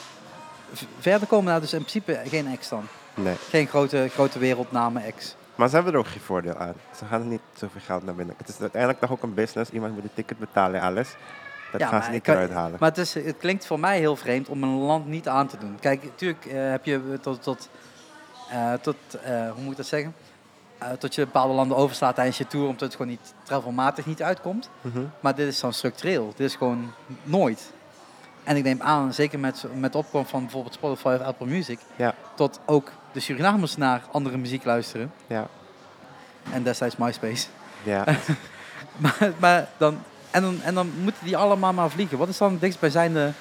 v- verder komen daar dus in principe geen ex dan. Nee. Geen grote, grote wereldnamen ex. Maar ze hebben er ook geen voordeel aan. Ze gaan er niet zoveel geld naar binnen. Het is uiteindelijk toch ook een business. Iemand moet een ticket betalen en alles. Dat Ja, gaan ze maar niet kan- eruit halen. Maar het, is, het klinkt voor mij heel vreemd om een land niet aan te doen. Kijk, natuurlijk eh, heb je tot, tot, eh, tot eh, hoe moet ik dat zeggen? Eh, tot je bepaalde landen overslaat tijdens je tour, omdat het gewoon niet travelmatig niet uitkomt. Mhm. Maar dit is dan structureel. Dit is gewoon nooit. En ik neem aan, zeker met, met de opkomst van bijvoorbeeld Spotify of Apple Music, Ja. tot ook de Surinamers naar andere muziek luisteren. Ja. En destijds MySpace. [LAUGHS] Ja. Maar, maar dan, en, dan, en dan moeten die allemaal maar vliegen. Wat is dan het dichtstbijzijnde,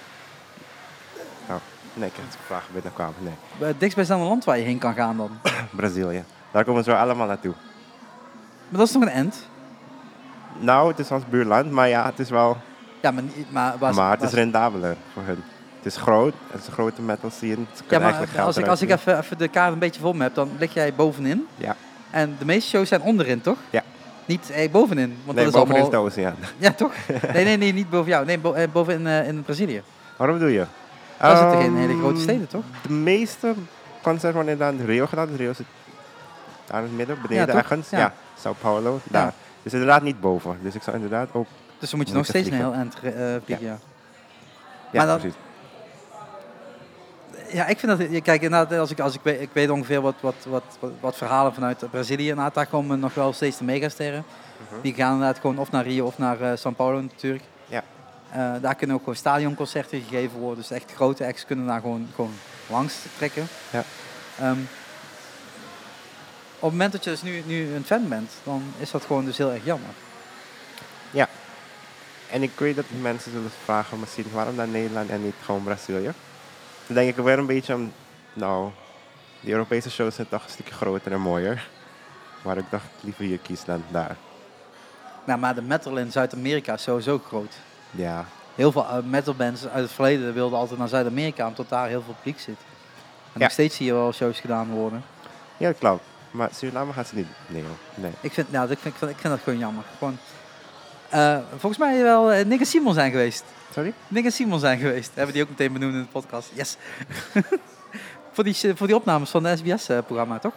Oh. Nee, ik heb het vragen binnenkwamen. Nee. het dichtstbijzijnde land waar je heen kan gaan dan? Brazilië. Daar komen ze wel allemaal naartoe. Maar dat is toch een end? Nou, het is ons buurland, maar ja, het is wel... Ja, maar, niet- maar, waar, maar het is waar- rendabeler voor hun. Het is groot, het is een grote metal scene. Ze ja, kunnen eigenlijk maar geld als ik, eruit als ik doen. even, even de kaart een beetje voor me heb, dan lig jij bovenin. Ja. En de meeste shows zijn onderin, toch? Ja. Niet eh, bovenin, want Nee, dat is bovenin allemaal... is de oceaan. [LAUGHS] Ja, toch? Nee, nee, nee, niet boven jou. Nee, bo- eh, boven in, eh, in Brazilië. Waarom doe je? Daar zitten geen hele Ehm, grote steden, toch? De meeste concerten worden inderdaad in Rio gedaan. Rio zit daar in het midden, beneden toch? ergens. Ja. Ja. Sao Paulo, daar. Dus inderdaad niet boven. Dus ik zou inderdaad ook... Dus dan moet je Moet nog je steeds een heel vliegen. eind eh, vliegen, ja. Ja, Maar dan- precies. Ja, ik vind dat... Kijk, inderdaad, als ik, als ik, weet, ik weet ongeveer wat, wat, wat, wat, wat verhalen vanuit Brazilië. Inderdaad, daar komen nog wel steeds de megasterren. Mhm. Die gaan inderdaad gewoon of naar Rio of naar eh São Paulo natuurlijk. Ja. Eh, daar kunnen ook gewoon stadionconcerten gegeven worden. Dus echt grote acts kunnen daar gewoon, gewoon langs trekken. Ja. Ehm, op het moment dat je dus nu, nu een fan bent, dan is dat gewoon dus heel erg jammer. En ik weet dat mensen zullen vragen misschien waarom naar Nederland en niet gewoon Brazilië. Dan denk ik weer een beetje om... Nou, die Europese shows zijn toch een stukje groter en mooier. Waar ik dacht liever hier kies dan daar. Nou, maar de metal in Zuid-Amerika is sowieso groot. Ja, Heel veel eh, metalbands uit het verleden wilden altijd naar Zuid-Amerika, omdat daar heel veel publiek zit. En Ja. nog steeds zie je wel shows gedaan worden. ja dat klopt. Maar Suriname gaat ze niet... Nee, joh. nee. Ik vind, nou, ik vind, ik vind, ik vind dat gewoon jammer. Gewoon, eh, volgens mij wel eh, Nick en Simon zijn geweest. Sorry? Nick en Simon zijn geweest. Hebben die ook meteen benoemd in de podcast. Yes. [LAUGHS] voor, die, voor die opnames van de SBS-programma, eh, toch?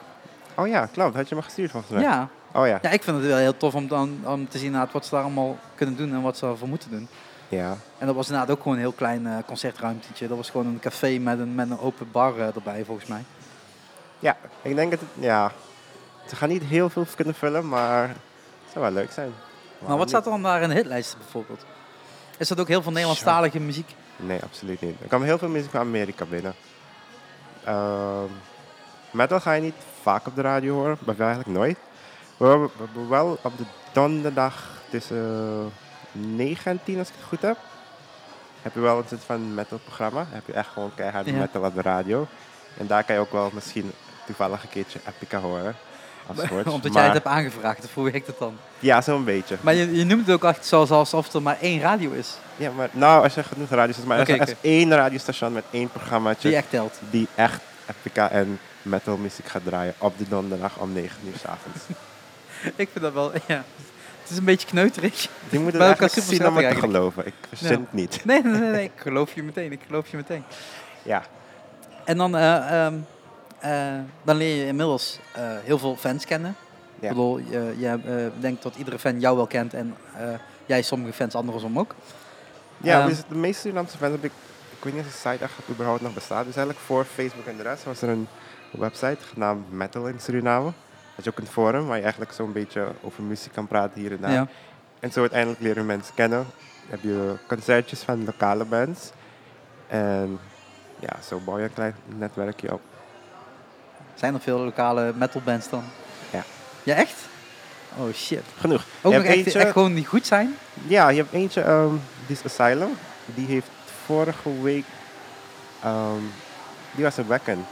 Oh ja, klopt. Had je me gestuurd volgens mij. Ja. Oh ja. Ja, ik vind het wel heel tof om, dan, om te zien inderdaad wat ze daar allemaal kunnen doen en wat ze ervoor moeten doen. Ja. En dat was inderdaad ook gewoon een heel klein eh, concertruimtetje. Dat was gewoon een café met een, met een open bar eh, erbij, volgens mij. Ja, ik denk dat het, ja. Ze gaan niet heel veel kunnen vullen, maar het zou wel leuk zijn. Maar wat staat er dan daar in de hitlijsten bijvoorbeeld? Is dat ook heel veel Nederlandstalige muziek? Nee, absoluut niet. Er kwam heel veel muziek van Amerika binnen. Ehm, metal ga je niet vaak op de radio horen, maar wel eigenlijk nooit. We hebben- we hebben wel op de donderdag tussen 9 en 10, als ik het goed heb. Heb je wel een soort van metal programma. Heb je echt gewoon keihard Ja. metal op de radio. En daar kan je ook wel misschien toevallig een keertje Epica horen. Als [LAUGHS] soort. Omdat jij Maar- het hebt aangevraagd, of hoe ik het dan? Ja, zo'n beetje. Maar je, je noemt het ook echt zoals alsof er maar één radio is Ja, maar nou, er zijn genoeg radiostations, maar Oké, er, is, er is oké. één radiostation met één programmaatje die echt telt. die echt epica en metal muziek gaat draaien op de donderdag om 9 uur 's avonds. Ik vind dat wel, [LAUGHS] ja. Het is een beetje kneuterig. [LAUGHS] Die moeten Bij het elkaar eigenlijk super zien om het te schattig geloven. Ik verzin Ja. het niet. [LAUGHS] Nee, nee, nee, nee, ik geloof je meteen, ik geloof je meteen. Ja, En dan, eh, ehm, eh, dan leer je inmiddels eh, heel veel fans kennen. Ik Ja. bedoel, je, je eh, denkt dat iedere fan jou wel kent en eh, jij sommige fans andersom ook. ja Ehm. dus de meeste Surinaamse fans heb ik... Ik weet niet of de site echt überhaupt nog bestaat. Dus eigenlijk voor Facebook en de rest was er een website genaamd Metal in Suriname. Dat is ook een forum waar je eigenlijk zo'n beetje over muziek kan praten hier en daar. Ja. En zo uiteindelijk leren mensen kennen. Heb je concertjes van lokale bands. En ja, zo bouw je een klein netwerkje op. Zijn er veel lokale metalbands dan? Ja. Ja, echt? Oh shit. Genoeg. Ook Je nog hebt echt, eentje- echt gewoon die goed zijn? Ja, je hebt eentje, ehm, die is Asylum. Die heeft vorige week, ehm, die was een wekken.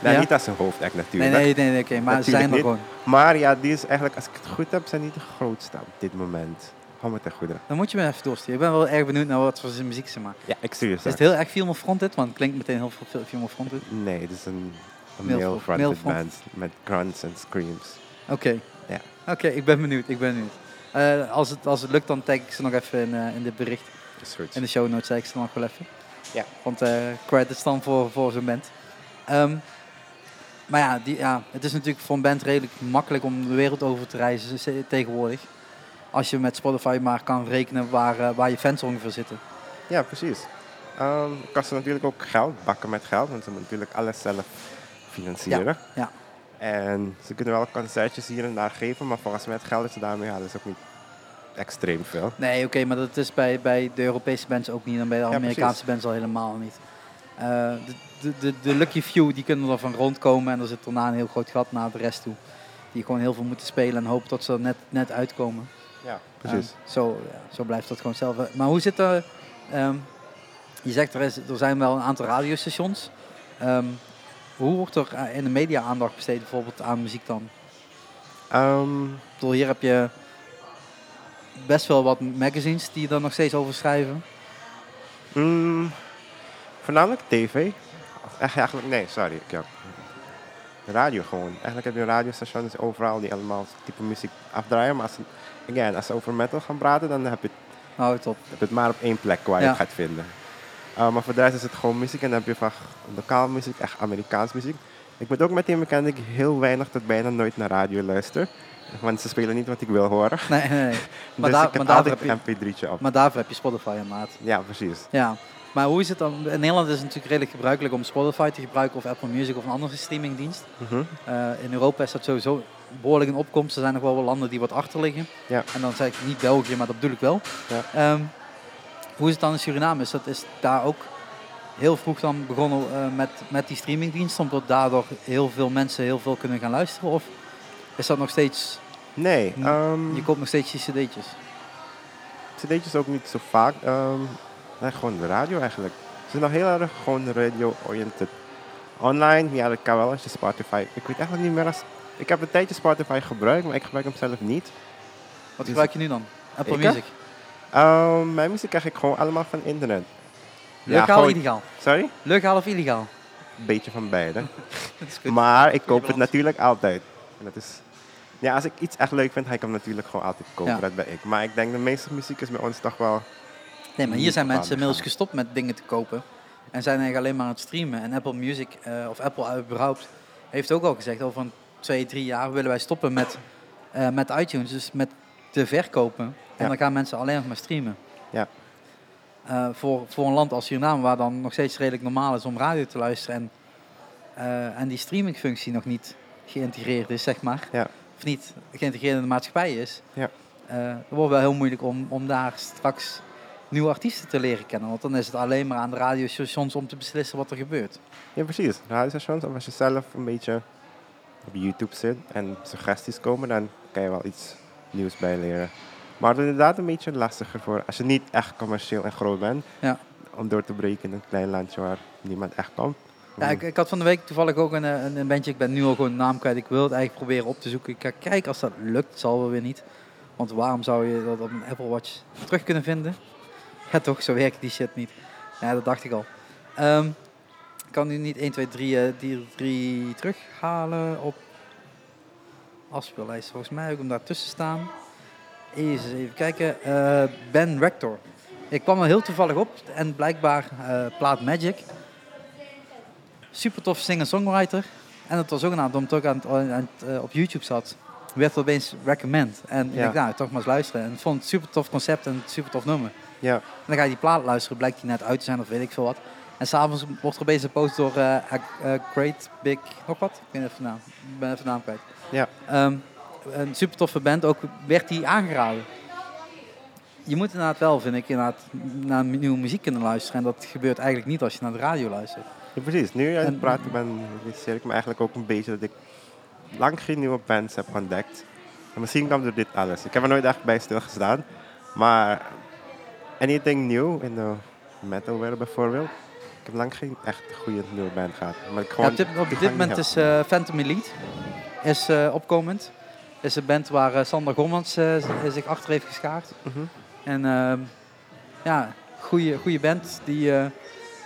Nou, Ja. niet als een hoofdact Nee, natuurlijk. nee, nee, nee oké, maar ze Natuurlijk zijn er niet. gewoon. Maar ja, die is eigenlijk, als ik het goed heb, zijn die de grootste op dit moment. Hou me ten goede. Dan moet je me even doorsturen. Ik ben wel erg benieuwd naar wat voor zijn muziek ze maken. Ja, ik stuur je Is het heel erg Female Fronted? Want het klinkt meteen heel veel- veel Female Fronted. Nee, het is een, een Male- male male-fronted front. band met grunts en screams. Oké. Ja. Oké, ik ben benieuwd, ik ben benieuwd. Eh, als, het, als het lukt, dan tag ik ze nog even in, eh, in dit bericht. Is goed. In de show notes zeg ik ze nog wel even. Ja. Want eh credits dan voor, voor zo'n band. Ehm, maar ja, die, ja, het is natuurlijk voor een band redelijk makkelijk om de wereld over te reizen ze- tegenwoordig. Als je met Spotify maar kan rekenen waar, eh, waar je fans ongeveer zitten. Ja, precies. Ehm kost natuurlijk ook geld, bakken met geld, want ze moeten natuurlijk alles zelf financieren. ja. En ze kunnen wel concertjes hier en daar geven, maar volgens mij het geld dat ze daarmee halen is ook niet extreem veel. Nee, oké, maar dat is bij, bij de Europese bands ook niet en bij de Ja, Amerikaanse bands al helemaal niet. Eh, de, de, de, de lucky few die kunnen er van rondkomen en er zit daarna een heel groot gat naar de rest toe. Die gewoon heel veel moeten spelen en hopen dat ze er net, net uitkomen. Ja, precies. Eh, zo, ja, zo blijft dat gewoon zelf. eh. Maar hoe zit er... ehm, je zegt er, is, er zijn wel een aantal radiostations. Ehm, hoe wordt er eh, in de media aandacht besteed bijvoorbeeld aan muziek dan? Ehm, Ik bedoel, hier heb je best wel wat magazines die er nog steeds over schrijven. mm, voornamelijk tv. Of echt- Eigenlijk, nee, sorry. ik- Ja. Radio gewoon. Eigenlijk heb je radiostations overal die allemaal type muziek afdraaien. Maar als, ze- again, als ze over metal gaan praten, dan heb je Nou, het op. heb het maar op één plek waar je Ja. het gaat vinden. Uh, maar voor de rest is het gewoon muziek en dan heb je van lokaal muziek, echt Amerikaans muziek. Ik moet ook meteen bekend dat ik heel weinig tot bijna nooit naar radio luister. Want ze spelen niet wat ik wil horen. Nee, nee, nee. Maar, daar, [LAUGHS] dus maar, ik heb daarvoor altijd heb je, een mp3'tje op. maar daarvoor heb je Spotify in maat. Ja, precies. Ja. Maar hoe is het dan? In Nederland is het natuurlijk redelijk gebruikelijk om Spotify te gebruiken of Apple Music of een andere streamingdienst. Mhm. Eh, in Europa is dat sowieso behoorlijk een opkomst. Er zijn nog wel wat landen die wat achterliggen. Ja. En dan zeg ik niet België, maar dat bedoel ik wel. Ja. Ehm, hoe is het dan in Suriname? Is dat is daar ook heel vroeg dan begonnen eh, met, met die streamingdienst, omdat daardoor heel veel mensen heel veel kunnen gaan luisteren? Of is dat nog steeds, Nee, Hm. ehm, je koopt nog steeds je cd'tjes? cd'tjes ook niet zo vaak. ehm, nee, gewoon de radio eigenlijk. Ze zijn nog heel erg gewoon radio-oriented. Online, ja dat kan wel als je Spotify... Ik weet eigenlijk niet meer als... Ik heb een tijdje Spotify gebruikt, maar ik gebruik hem zelf niet. Wat gebruik je nu dan? Apple Ik, hè? Music? Ehm, mijn muziek krijg ik gewoon allemaal van internet. Legaal of gewoon- illegaal? Sorry? Legaal of illegaal? Een beetje van beide. [LAUGHS] Dat is goed. Maar ik koop balans. het natuurlijk altijd. En dat is, ja, als ik iets echt leuk vind, ga ik hem natuurlijk gewoon altijd kopen. Ja. Dat ben ik. Maar ik denk de meeste muziek is bij ons toch wel... Nee, maar hier Niet zijn op mensen aan inmiddels gaan. gestopt met dingen te kopen. En zijn eigenlijk alleen maar aan het streamen. En Apple Music, eh, of Apple überhaupt, heeft ook al gezegd... over een twee, drie jaar willen wij stoppen met eh, met iTunes, dus met te verkopen. En Ja. dan gaan mensen alleen nog maar streamen. Ja. Eh, voor, voor een land als Suriname, waar dan nog steeds redelijk normaal is om radio te luisteren en, eh, en die streamingfunctie nog niet geïntegreerd is, zeg maar. Ja. Of niet geïntegreerd in de maatschappij is. Ja. Eh, het wordt wel heel moeilijk om, om daar straks nieuwe artiesten te leren kennen. Want dan is het alleen maar aan de radiostations om te beslissen wat er gebeurt. Ja, precies. Radiostations, of als je zelf een beetje op YouTube zit en suggesties komen, dan kan je wel iets nieuws bij leren. Maar het is inderdaad een beetje lastiger voor als je niet echt commercieel en groot bent, Ja. om door te breken in een klein landje waar niemand echt komt. Ja, ik, ik had van de week toevallig ook een, eh, een, een bandje. Ik ben nu al gewoon de naam kwijt. Ik wil het eigenlijk proberen op te zoeken. Ik ga kijken als dat lukt. Het zal wel weer niet. Want waarom zou je dat op een Apple Watch terug kunnen vinden? Ja toch, zo werkt die shit niet. Ja, dat dacht ik al. Ehm, ik kan nu niet 1, 2, 3, eh, die drie terughalen op afspeellijst. Volgens mij heb ik hem daartussen staan. Jezus, even kijken. Eh, ben Rector. Ik kwam er heel toevallig op en blijkbaar eh, plaat Magic super tof singer-songwriter. En het was ook een aantal, omdat ik aan het, aan het, eh, op YouTube zat, werd er opeens recommend. En ik Ja. dacht, nou, toch maar eens luisteren. En ik vond het super tof concept en een super tof nummer. Ja, En dan ga je die plaat luisteren, blijkt die net uit te zijn of weet ik veel wat. En s'avonds wordt er opeens gepost door eh, A- A Great Big... Nog wat? Ik ben even de naam, ik ben even de naam kwijt. ja, Ehm, een super toffe band, ook werd die aangeraden. Je moet inderdaad wel, vind ik, inderdaad naar nieuwe muziek kunnen luisteren. En dat gebeurt eigenlijk niet als je naar de radio luistert. ja, precies. Nu eh, je aan En- het praten bent, realiseer ik me eigenlijk ook een beetje dat ik lang geen nieuwe bands heb ontdekt. En misschien kwam door dit alles. Ik heb er nooit echt bij stilgestaan. Maar anything new in de metal wereld bijvoorbeeld. Ik heb lang geen echt goede nieuwe band gehad. Maar ik Ja, gewoon, op dit, op die dit gang moment niet is eh, Phantom Elite is, eh, opkomend. is een band waar eh, Sander Gommans eh, z- zich achter heeft geschaard. heb. Mhm. En ehm, ja, goede, goede band die eh,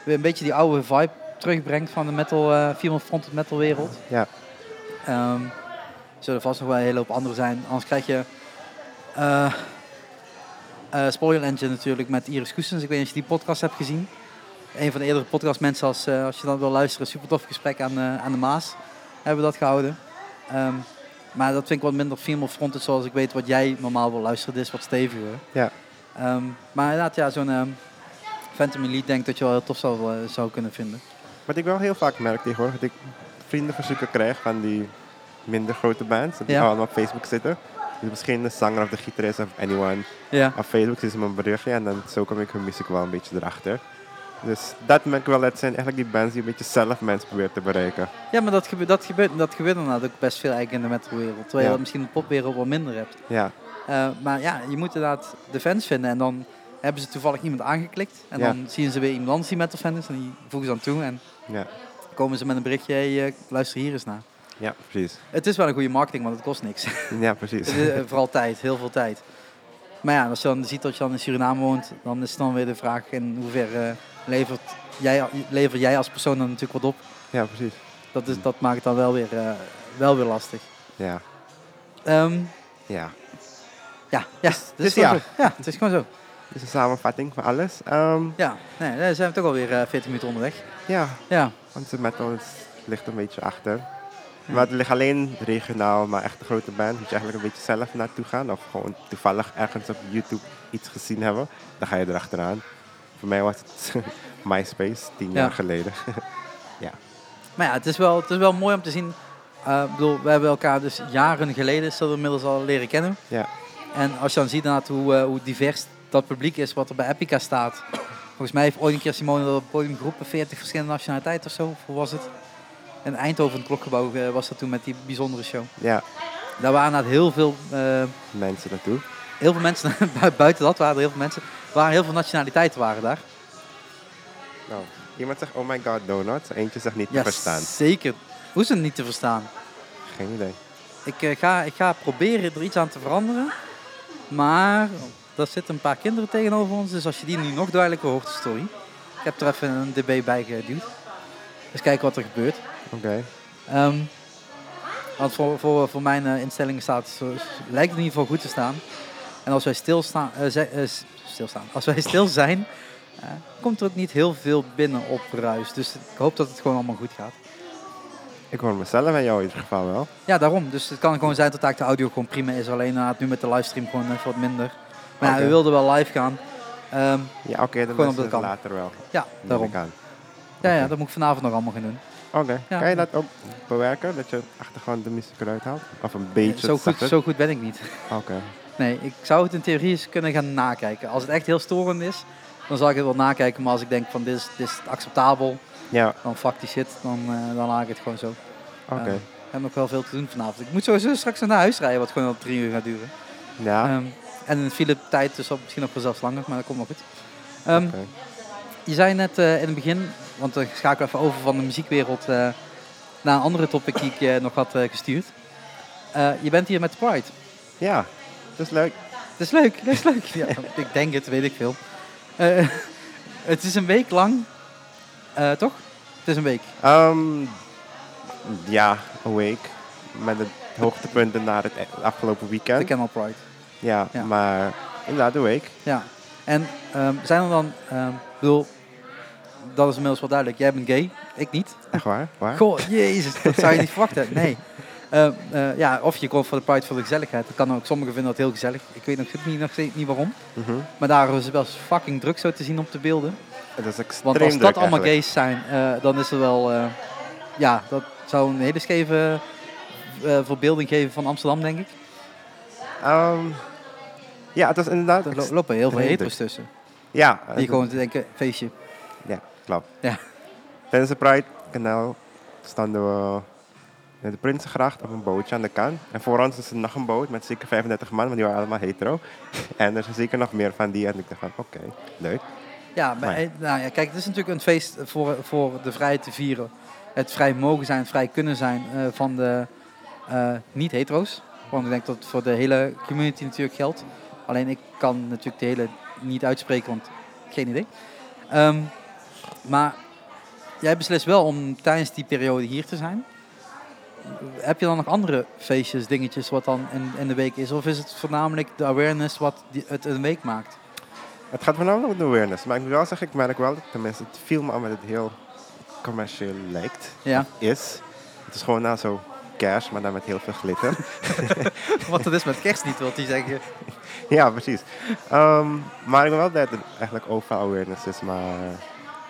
weer een beetje die oude vibe terugbrengt van de metal, eh female fronted metal wereld. Ja. Ehm, er zullen vast nog wel een hele hoop andere zijn. Anders krijg je eh eh, Spoil Engine natuurlijk met Iris Koestens. Ik weet niet of je die podcast hebt gezien. Een van de eerdere podcastmensen, als, eh, als je dat wil luisteren, super tof gesprek aan, eh, aan de Maas. Hebben we dat gehouden. Ehm, maar dat vind ik wat minder female fronted zoals ik weet wat jij normaal wil luisteren. Dit is wat steviger. Ja. Ehm, maar inderdaad, ja, zo'n ehm Phantom Elite denk ik dat je wel heel tof zou, eh, zou kunnen vinden. Wat ik wel heel vaak merk tegenwoordig, dat ik vriendenverzoeken krijg van die minder grote bands. Die Ja. allemaal op Facebook zitten. Dus misschien de zanger of de gitarist of anyone. Ja. Op Facebook is mijn berichtje en dan zo kom ik hun muziek wel een beetje erachter. Dus dat merk ik wel, dat zijn eigenlijk die bands die een beetje zelf mensen proberen te bereiken. Ja, maar dat, gebe dat, gebeurt, dat gebeurt inderdaad ook best veel eigenlijk in de metalwereld. Terwijl je Ja. dat misschien in de popwereld wat minder hebt. Ja, Eh, maar ja, je moet inderdaad de fans vinden. En dan hebben ze toevallig iemand aangeklikt. En Ja. dan zien ze weer iemand anders die metal fan is. En die voegen ze dan toe. En ja, komen ze met een berichtje, hey, eh, luister hier eens naar. ja, precies. Het is wel een goede marketing, want het kost niks. [LAUGHS] Ja, precies. Het is, eh, Vooral tijd, heel veel tijd. Maar ja, als je dan ziet dat je dan in Suriname woont, dan is het dan weer de vraag in hoeverre eh, levert, jij, lever jij als persoon dan natuurlijk wat op. Ja, precies. Dat, Hmm. is, dat maakt het dan wel weer, eh, wel weer lastig. Ja, Ehm, ja. ja, ja, het is dus gewoon ja. zo. ja, het is gewoon zo. Dit is Dus een samenvatting van alles. Ehm, Ja, nee, dan zijn we toch alweer eh 40 minuten onderweg. ja, Ja, onze metal is- ligt een beetje achter. Maar het ligt alleen regionaal, maar echt de grote band moet je eigenlijk een beetje zelf naartoe gaan. Of gewoon toevallig ergens op YouTube iets gezien hebben. Dan ga je erachteraan. Voor mij was het [LAUGHS] MySpace, tien Ja. jaar geleden. maar ja, het is wel, het is wel mooi om te zien. Eh, ik bedoel, we hebben elkaar dus jaren geleden zullen we inmiddels al leren kennen. Ja. En als je dan ziet inderdaad hoe, eh, hoe divers dat publiek is wat er bij Epica staat. Volgens mij heeft ooit een keer Simone dat op het podium geroepen, 40 verschillende nationaliteiten of zo, of hoe was het? In Eindhoven, in het klokgebouw, eh, was dat toen met die bijzondere show. ja, Daar waren inderdaad heel veel, eh, mensen naartoe. heel veel mensen, [LAUGHS] bu- buiten dat waren er heel veel mensen, waren heel veel nationaliteiten waren daar. Nou, iemand zegt oh my god donuts. Eentje zegt niet te Ja, verstaan. zeker. Hoe is het niet te verstaan? Geen idee. Ik, eh, ga, ik ga proberen er iets aan te veranderen. Maar er zitten een paar kinderen tegenover ons. Dus als je die nu nog duidelijker hoort, is het sorry. Ik heb er even een dB bij geduwd. Eens kijken wat er gebeurt. Oké. Ehm, want voor, voor, voor mijn eh, instellingen staat, het zo- lijkt het in ieder geval goed te staan. En als wij stilstaan, eh, zij- eh, s- stilstaan. Als wij [LAUGHS] stil zijn, eh, komt er ook niet heel veel binnen op ruis. Dus ik hoop dat het gewoon allemaal goed gaat. Ik hoor mezelf en jou in ieder geval wel. Ja, daarom. Dus het kan gewoon zijn dat eigenlijk de audio gewoon prima is. Alleen uh, nu met de livestream gewoon even wat minder. Maar ja, Oké. we wilden wel live gaan. Ehm, Ja, oké, dan Gewoon is op de het kant. later wel. ja, Neem daarom. ik aan. Ja, ja, dat moet ik vanavond nog allemaal gaan doen. Oké, Ja. kan je dat ook bewerken? Dat je achtergrond de muziek eruit haalt? Of een Eh, beetje Zo goed, zachter? zo goed ben ik niet. [LAUGHS] Oké, Nee, ik zou het in theorie eens kunnen gaan nakijken. Als het echt heel storend is, dan zal ik het wel nakijken. Maar als ik denk van dit is, dit is acceptabel, ja, dan fuck die shit, dan, eh, dan laat ik het gewoon zo. oké. Eh, ik heb nog wel veel te doen vanavond. Ik moet sowieso straks naar huis rijden, wat gewoon al drie uur gaat duren. ja, Ehm, en een file tijd, dus dat misschien nog wel zelfs langer, maar dat komt wel goed. Ehm, oké. Je zei net eh, in het begin, want dan schakel ik even over van de muziekwereld eh, naar een andere topic die ik eh, nog had eh, gestuurd. Eh, je bent hier met Pride. Ja, dat is leuk. Dat is leuk, dat is leuk. [LAUGHS] Ja, ik denk het, weet ik veel. Eh, [LAUGHS] het is een week lang, eh, toch? Het is een week. Ehm, ja, awake. Met de hoogtepunten naar het e- afgelopen De weekend. Camel Pride. Ja, Ja. maar inderdaad, awake. Ja. En ehm, zijn er dan, ehm, ik bedoel, dat is inmiddels wel duidelijk. Jij bent gay, ik niet. Echt waar? waar? Goh, jezus, dat zou je niet verwachten. Nee. Ehm, eh, ja, of je komt voor de Pride voor de gezelligheid. Dat kan ook. Sommigen vinden dat heel gezellig. Ik weet nog steeds niet, nog steeds niet waarom. Mhm. Maar daar is het wel eens fucking druk zo te zien op de beelden. Dat is extreem Want als druk dat allemaal eigenlijk. gays zijn, eh, dan is er wel... eh, ja, dat zou een hele scheve eh, verbeelding geven van Amsterdam, denk ik. Ehm, ja, het was inderdaad... Er ex- lo- lopen heel veel Heel hetero's tussen. ja, het- Die gewoon te denken, feestje. Ja, klopt. Ja. Tijdens de Pride-kanaal stonden we in eh, de Prinsengracht op een bootje aan de kant. En voor ons is er nog een boot met zeker 35 man, want die waren allemaal hetero. [LAUGHS] en er zijn zeker nog meer van die. En ik dacht van, oké, leuk. Ja, maar, Maar- eh, nou ja, kijk, het is natuurlijk een feest voor, voor de vrijheid te vieren. Het vrij mogen zijn, het vrij kunnen zijn eh, van de eh, niet-hetero's. Want ik denk dat het voor de hele community natuurlijk geldt. Alleen ik kan natuurlijk de hele niet uitspreken, want geen idee. Ehm, maar jij beslist wel om tijdens die periode hier te zijn. Heb je dan nog andere feestjes, dingetjes wat dan in, in de week is? Of is het voornamelijk de awareness wat die, het een week maakt? Het gaat voornamelijk om de awareness. Maar ik moet wel zeggen, ik merk wel, dat tenminste, het viel me aan dat het heel commercieel lijkt. Ja, Is. Het is gewoon nou zo cash, maar dan met heel veel glitter. [LAUGHS] want dat is met kerst niet, wilt hij zeggen. Ja, precies. Ehm, maar ik ben wel blij dat er eigenlijk overal awareness is. Maar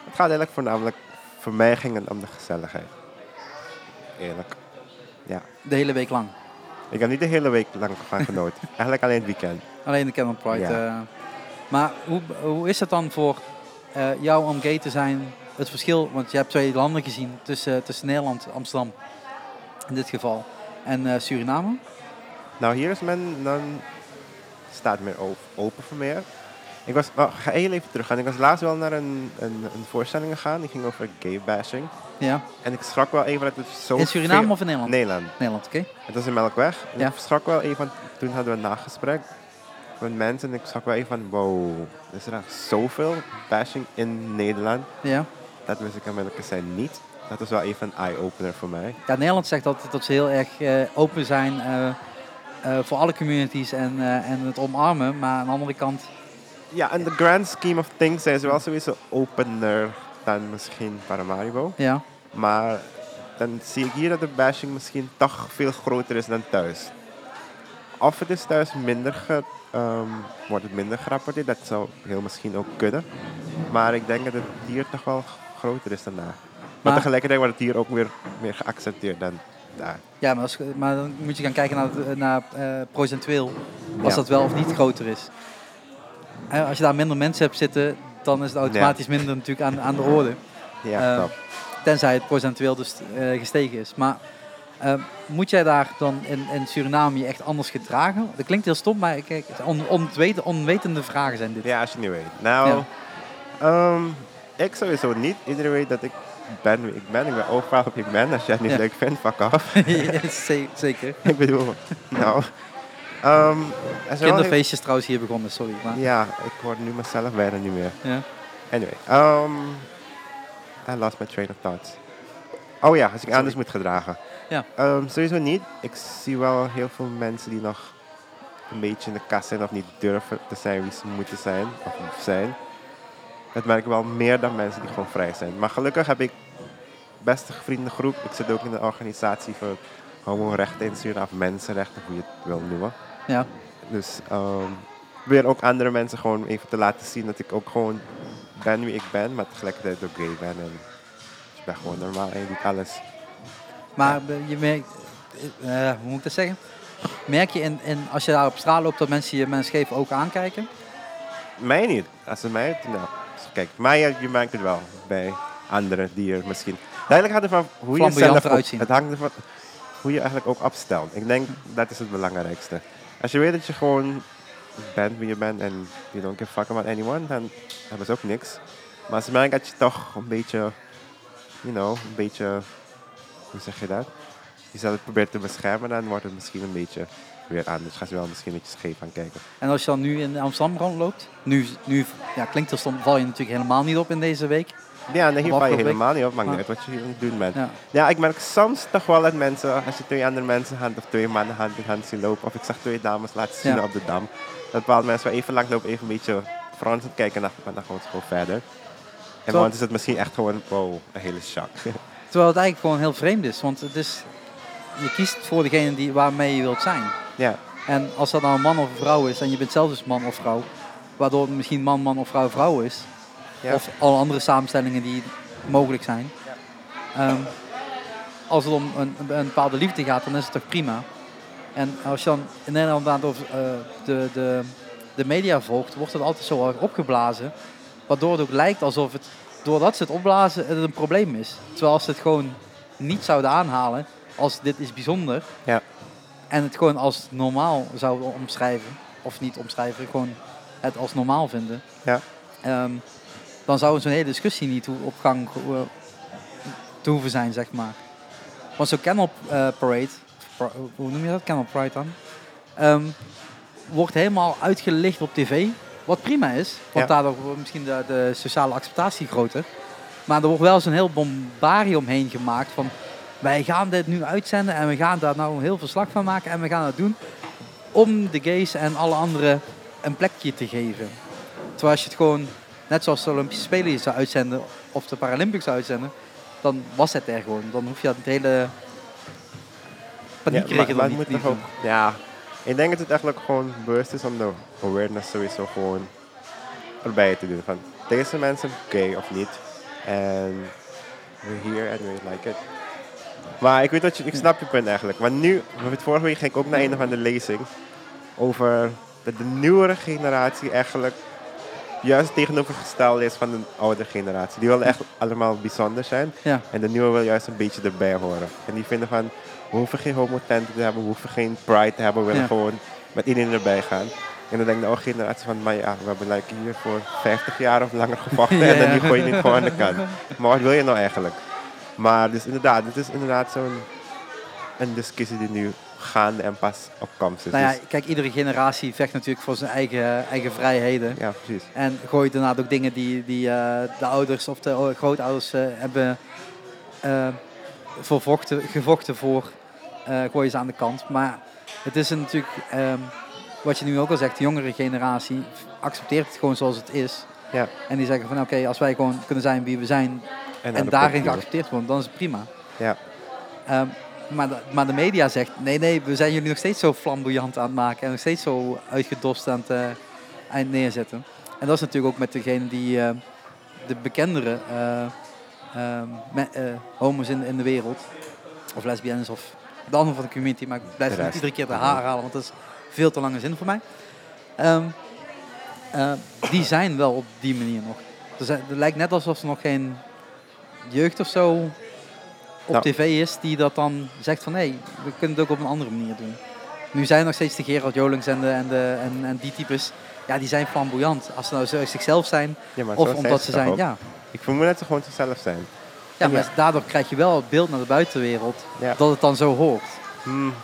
het gaat eigenlijk voornamelijk... Voor mij ging het om de gezelligheid. Eerlijk. De hele week lang. Ik heb niet de hele week lang [LAUGHS] van genoten. eigenlijk alleen het weekend. Alleen de Canon Pride. Ja. eh. maar hoe, hoe is het dan voor eh, jou om gay te zijn? Het verschil, want je hebt twee landen gezien tussen, eh, tussen Nederland, Amsterdam in dit geval, en eh, Suriname. Nou, hier is men... Dan staat meer open, open voor meer. Ik was... Oh, ik ga heel even teruggaan. Ik was laatst wel naar een, een, een voorstelling gegaan. Die ging over gay bashing. Ja. En ik schrok wel even dat het zo In Suriname veel- of in Nederland? Nederland. Nederland, oké. Het was in Melkweg. En Ja. Ik schrok wel even, want toen hadden we een nagesprek met mensen. En ik schrok wel even van, wow, is er echt zoveel bashing in Nederland. Ja. Dat wist ik aan zijn niet. Dat was wel even een eye-opener voor mij. ja, Nederland zegt altijd dat ze heel erg eh, open zijn eh, eh, voor alle communities en, eh, en het omarmen. Maar aan de andere kant, Ja, in the grand scheme of things zijn ze wel sowieso opener dan misschien Paramaribo. ja. Maar dan zie ik hier dat de bashing misschien toch veel groter is dan thuis. Of het is thuis minder, ge, ehm, wordt het minder gerapporteerd, dat zou heel misschien ook kunnen. Maar ik denk dat het hier toch wel g- groter is dan daar. Maar, Maar- tegelijkertijd wordt het hier ook weer meer geaccepteerd dan daar. Ja, maar, als, maar dan moet je gaan kijken naar, het- naar eh, procentueel. Als Ja. dat wel of niet groter is. Eh, als je daar minder mensen hebt zitten, dan is het automatisch minder natuurlijk aan, aan de orde. Ja, Eh, klopt. Tenzij het procentueel dus eh, gestegen is. Maar eh, moet jij daar dan in, in Suriname je echt anders gedragen? Dat klinkt heel stom, maar kijk, on, onweten- onwetende vragen zijn [LAUGHS] dit. Ja, als je niet weet. Nou, ehm, ik sowieso niet. Iedereen weet dat ik ben wie ik ben. Ik ben overal wie ik ben. Als jij het niet Ja. leuk vindt, fuck off. Ze- Zeker. [LAUGHS] ik bedoel, nou. Ehm er zijn wel heel- Kinderfeestjes trouwens hier begonnen, sorry. Maar, Ja, ik hoor nu mezelf bijna niet meer. ja. Anyway, um, I lost my train of thought. Oh ja, als ik anders moet gedragen. Ja. Ehm, sowieso niet. Ik zie wel heel veel mensen die nog een beetje in de kast zijn of niet durven te zijn wie ze moeten zijn of zijn. Dat merk ik wel meer dan mensen die gewoon vrij zijn. Maar gelukkig heb ik beste vriendengroep. Ik zit ook in de organisatie voor homorechten in Suriname, of mensenrechten, hoe je het wil noemen. Ja. Dus ehm weer ook andere mensen gewoon even te laten zien dat ik ook gewoon ben wie ik ben, maar tegelijkertijd ook gay ben. En dus ik ben gewoon normaal en je doet alles. Maar eh, je merkt, eh, eh, hoe moet ik dat zeggen? Merk je in, in, als je daar op straat loopt dat mensen je men scheef ook aankijken? Mij niet. Als ze mij, nou, kijk, mij, eh, je merkt het wel bij anderen die er misschien. Eigenlijk gaat het van hoe je Flamboyant zelf eruit op, zien. Het hangt ervan hoe je eigenlijk ook opstelt. Ik denk dat is het belangrijkste. Als je weet dat je gewoon bent wie je bent en you don't give a fuck about anyone, dan hebben ze ook niks. Maar als ze merken dat je toch een beetje, you know, een beetje, hoe zeg je dat? Jezelf probeert te beschermen, dan wordt het misschien een beetje weer anders. Gaan ze wel misschien een beetje scheef aan kijken. En als je dan nu in Amsterdam rondloopt, nu, nu ja, klinkt er stom, val je natuurlijk helemaal niet op in deze week. Ja, nee, hier Op val je afgelopen helemaal niet op. Maakt niet Maar- uit wat je hier aan het doen bent. Ja. Ja. ik merk soms toch wel dat mensen, als je twee andere mensen hand of twee mannen hand in hand zien lopen, of ik zag twee dames laten zien Ja. op de dam, dat bepaalde mensen wel even lang lopen, even een beetje fronsend kijken, en dan- maar dan gewoon, gewoon verder. En Zo. want is het misschien echt gewoon, wow, een hele shock. [LAUGHS] Terwijl het eigenlijk gewoon heel vreemd is, want het is, je kiest voor degene die, waarmee je wilt zijn. ja, En als dat nou een man of een vrouw is en je bent zelf dus man of vrouw, waardoor het misschien man, man of vrouw, vrouw is, ja. of alle andere samenstellingen die mogelijk zijn. Ehm, als het om een, een bepaalde liefde gaat, dan is het toch prima. En als je dan in Nederland aan het over, eh, de, de, de media volgt, wordt het altijd zo erg opgeblazen. Waardoor het ook lijkt alsof het, doordat ze het opblazen, het een probleem is. Terwijl als ze het gewoon niet zouden aanhalen, als dit is bijzonder, Ja. en het gewoon als normaal zouden omschrijven, of niet omschrijven, gewoon het als normaal vinden, Ja. ehm, dan zou zo'n hele discussie niet hoe- op gang eh, te hoeven zijn, zeg maar. Want zo'n Camel eh, Parade, pra- hoe noem je dat? Camel Pride dan? Ehm, wordt helemaal uitgelicht op tv, wat prima is, want Ja. daardoor wordt misschien de, de sociale acceptatie groter. Maar er wordt wel zo'n heel bombarie omheen gemaakt van wij gaan dit nu uitzenden en we gaan daar nou een heel verslag van maken en we gaan dat doen om de gays en alle anderen een plekje te geven. Terwijl als je het gewoon, net zoals de Olympische Spelen zou uitzenden of de Paralympics zou uitzenden, dan was het er gewoon. Dan hoef je dat het hele Ja, paniekregen maar- dan maar niet het te moet toch doen. ook- Ja, ik denk dat het eigenlijk gewoon bewust is om de awareness sowieso gewoon erbij te doen. Van deze mensen gay of niet. En we're here and we like it. Maar ik weet dat je, ik snap je punt eigenlijk. Want nu, want vorige week ging ik ook naar een of andere lezing over dat de nieuwere generatie eigenlijk juist tegenovergesteld is van de oude generatie. Die willen echt allemaal bijzonder zijn. Ja. En de nieuwe wil juist een beetje erbij horen. En die vinden van, we hoeven geen homotenten te hebben, we hoeven geen pride te hebben, we willen Ja. gewoon met iedereen erbij gaan. En dan denkt de oude generatie van, maar ja, we hebben like hier voor 50 jaar of langer gevochten en Ja. dan nu gooi je niet gewoon aan de kant. Maar wat wil je nou eigenlijk? Maar dus inderdaad, dit is inderdaad zo'n een discussie die nu gaande en pas op komst is. Nou ja, Dus- kijk, iedere generatie vecht natuurlijk voor zijn eigen, eigen vrijheden. ja, precies. En gooit inderdaad ook dingen die, die eh, de ouders of de o- grootouders eh, hebben eh, vervochten, gevochten voor, eh gooien ze aan de kant. Maar het is een natuurlijk, ehm, wat je nu ook al zegt, de jongere generatie accepteert het gewoon zoals het is. Ja. En die zeggen van oké, als wij gewoon kunnen zijn wie we zijn en, naar de daarin popcultuur. geaccepteerd worden, dan is het prima. Ja, Ehm, maar, de, maar de media zegt, nee, nee, we zijn jullie nog steeds zo flamboyant aan het maken en nog steeds zo uitgedost aan het, eh, aan het neerzetten. En dat is natuurlijk ook met degene die eh, de bekendere eh, ehm, me- eh, homo's in, in de wereld, of lesbiennes of de anderen van de community, maar ik blijf De het niet rest. iedere keer de haar halen, want dat is veel te lange zin voor mij. Ehm, eh, die zijn wel op die manier nog. Er zijn- Het lijkt net alsof er nog geen jeugd of zo op Ja. tv is die dat dan zegt van hé, we kunnen het ook op een andere manier doen. Nu zijn er nog steeds de Gerald Jolings en, de, en, de, en, en die types, ja die zijn flamboyant. Als ze nou zo zichzelf zijn, ja maar zo of zijn omdat ze toch zijn, ook. ja. Ik vermoed dat ze gewoon zichzelf zijn. Ja, Ja. maar daardoor krijg je wel het beeld naar de buitenwereld Ja. dat het dan zo hoort. Hmm.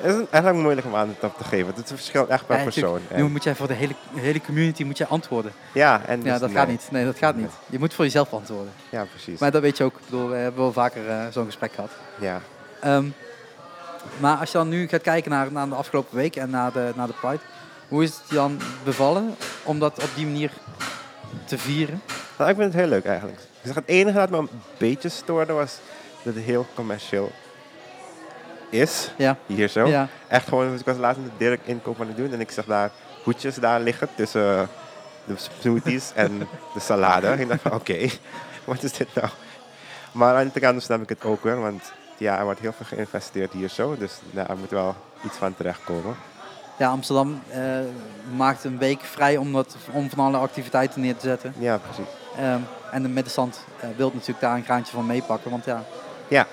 Het is eigenlijk moeilijk om aan op te geven. Het verschilt echt per Ja, natuurlijk. persoon. Nu En- moet jij voor de hele, hele community moet jij antwoorden. ja, en Ja, dus dat nee. gaat niet. Nee, dat gaat niet. Je moet voor jezelf antwoorden. Ja, precies. Maar dat weet je ook. Ik bedoel, we hebben wel vaker eh, zo'n gesprek gehad. ja. Ehm, maar als je dan nu gaat kijken naar, naar de afgelopen week en naar de, naar de Pride, hoe is het je dan bevallen om dat op die manier te vieren? Nou, ik vind het heel leuk eigenlijk. Dus het enige dat me een beetje stoorde was dat het heel commercieel is. Ja. Hier zo. Ja. Echt gewoon, dus ik was laatst met Dirk inkoop aan het doen en ik zag daar hoedjes daar liggen tussen eh, de [LAUGHS] smoothies en de salade. En ik dacht van, oké, [LAUGHS] wat is dit nou? Maar aan de andere kant snap ik het ook weer, want ja, er wordt heel veel geïnvesteerd hier zo. Dus daar moet wel iets van terechtkomen. Ja, Amsterdam eh, maakt een week vrij om, dat, om van alle activiteiten neer te zetten. Ja, precies. Ehm, en de middenstand eh, wil natuurlijk daar een graantje van meepakken. Want ja, Ja.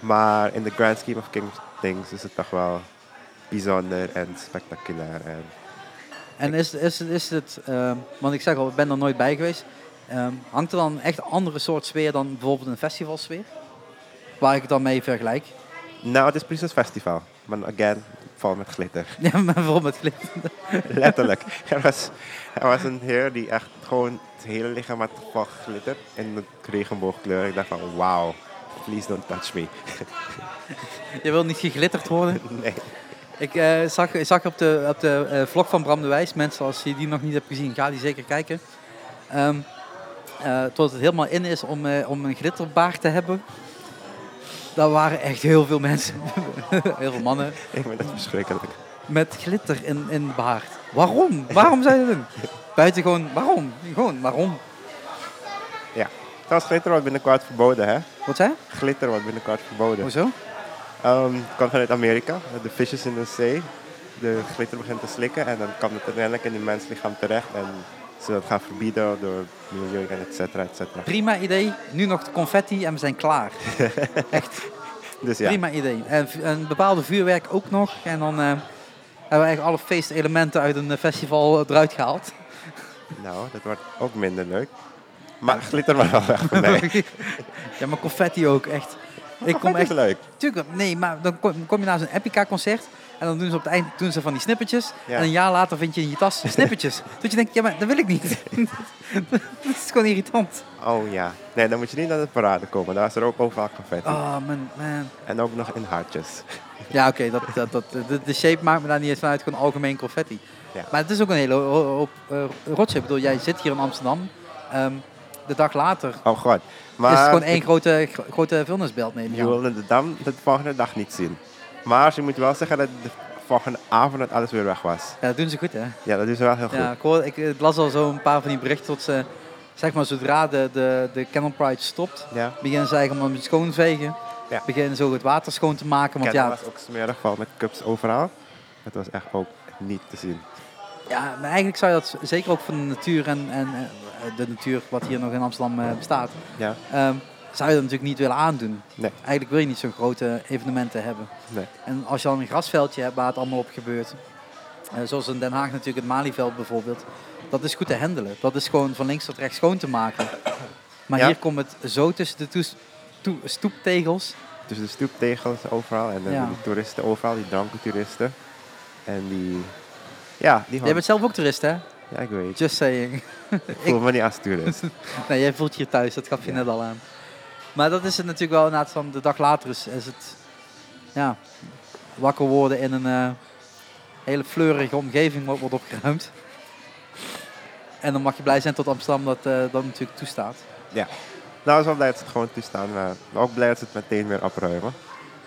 Maar in the grand scheme of King Things is het toch wel bijzonder en spectaculair. En en is, is, is het, ehm, want ik zeg al, ik ben er nooit bij geweest. Ehm, hangt er dan echt een andere soort sfeer dan bijvoorbeeld een festivalsfeer? Waar ik het dan mee vergelijk. [LAUGHS] nou, het is precies een festival. Maar again, vol met [LAUGHS] glitter. Ja, maar bijvoorbeeld met glitter. Letterlijk. Er was, er was een heer die echt gewoon het hele lichaam had vol glitter. En de regenboogkleur. Ik dacht van, wauw. Please don't touch me. [LAUGHS] Je wilt niet geglitterd worden. Nee. Ik eh, zag, ik zag op de, op de eh, vlog van Bram de Wijs, mensen als je die nog niet hebt gezien, ga die zeker kijken. Ehm eh, tot het helemaal in is om, eh, om een glitterbaard te hebben. Daar waren echt heel veel mensen, [LAUGHS] heel veel mannen, Ik vind dat verschrikkelijk. met glitter in, in de baard. Waarom? Waarom zijn ze doen? Buiten gewoon, waarom? Gewoon, waarom? Ja. Trouwens, glitter wordt binnenkort verboden, hè? Wat zei je? Glitter wordt binnenkort verboden. Hoezo? Ehm, het kwam vanuit Amerika, de visjes in de zee. De glitter begint te slikken en dan kwam het uiteindelijk in die menslichaam terecht. En ze dat gaan verbieden door milieu en et cetera, et cetera. Prima idee, nu nog de confetti en we zijn klaar. Echt. Dus ja, Prima idee. En vu- een bepaalde vuurwerk ook nog. En dan eh, hebben we eigenlijk alle feestelementen uit een eh, festival eruit gehaald. nou, dat wordt ook minder leuk. Maar glitter maar wel weg [LAUGHS] voor mij. ja, maar confetti ook, echt. Ik kom Dat is echt... leuk. Tuurlijk, nee, maar dan kom, kom je naar zo'n Epica-concert... en dan doen ze op het eind doen ze van die snippertjes... Ja. en een jaar later vind je in je [LAUGHS] tas snippertjes. dat je denkt, ja, maar dat wil ik niet. [LAUGHS] dat is gewoon irritant. Oh ja. Nee, dan moet je niet naar de parade komen. Daar is er ook overal confetti. Oh, man, man. En ook nog in hartjes. Ja, oké, dat, dat, dat, de, de shape maakt me daar niet eens vanuit, gewoon algemeen confetti. Ja. Maar het is ook een hele ho- hoop eh, rotzooi. Ik bedoel, jij zit hier in Amsterdam, ehm, de dag later Oh god. Maar is het gewoon één grote, gro- grote vuilnisbelt, neem ik Je aan. wilde de dam de volgende dag niet zien. Maar je moet wel zeggen dat de volgende avond dat alles weer weg was. Ja, dat doen ze goed, hè? Ja, dat is wel heel goed. Ja, ik, hoor, ik, eh, las al zo een paar van die berichten tot ze, zeg maar, zodra de, de, de Canal Pride stopt, Ja. beginnen ze eigenlijk om het schoonvegen. Ja. Beginnen ze ook het water schoon te maken, want Kennen ja, was ook smerig van met cups overal. Het was echt ook niet te zien. Ja, maar eigenlijk zou je dat z- zeker ook van de natuur en, en eh, de natuur wat hier nog in Amsterdam eh, bestaat, Ja. ehm, zou je dat natuurlijk niet willen aandoen. Nee. Eigenlijk wil je niet zo'n grote evenementen hebben. Nee. En als je dan een grasveldje hebt waar het allemaal op gebeurt, eh, zoals in Den Haag natuurlijk het Malieveld bijvoorbeeld, dat is goed te handelen. Dat is gewoon van links tot rechts schoon te maken. Maar Ja. hier komt het zo tussen de toes- toe- stoeptegels. Dus de stoeptegels overal en dan Ja. die toeristen overal, die dranken toeristen. En die... Ja, die Jij gewoon- bent zelf ook toerist, hè? Ja, ik weet. Just saying. Ik voel me niet als [LAUGHS] toerist. Nee, jij voelt je hier thuis, dat gaf je net al aan. Maar dat is het natuurlijk wel inderdaad van de dag later is, is het ja, wakker worden in een eh, hele fleurige omgeving wat wordt opgeruimd. En dan mag je blij zijn tot Amsterdam dat eh, dat natuurlijk toestaat. nou, ik was wel blij dat ze het gewoon toestaan, maar ook blij dat ze het meteen weer opruimen.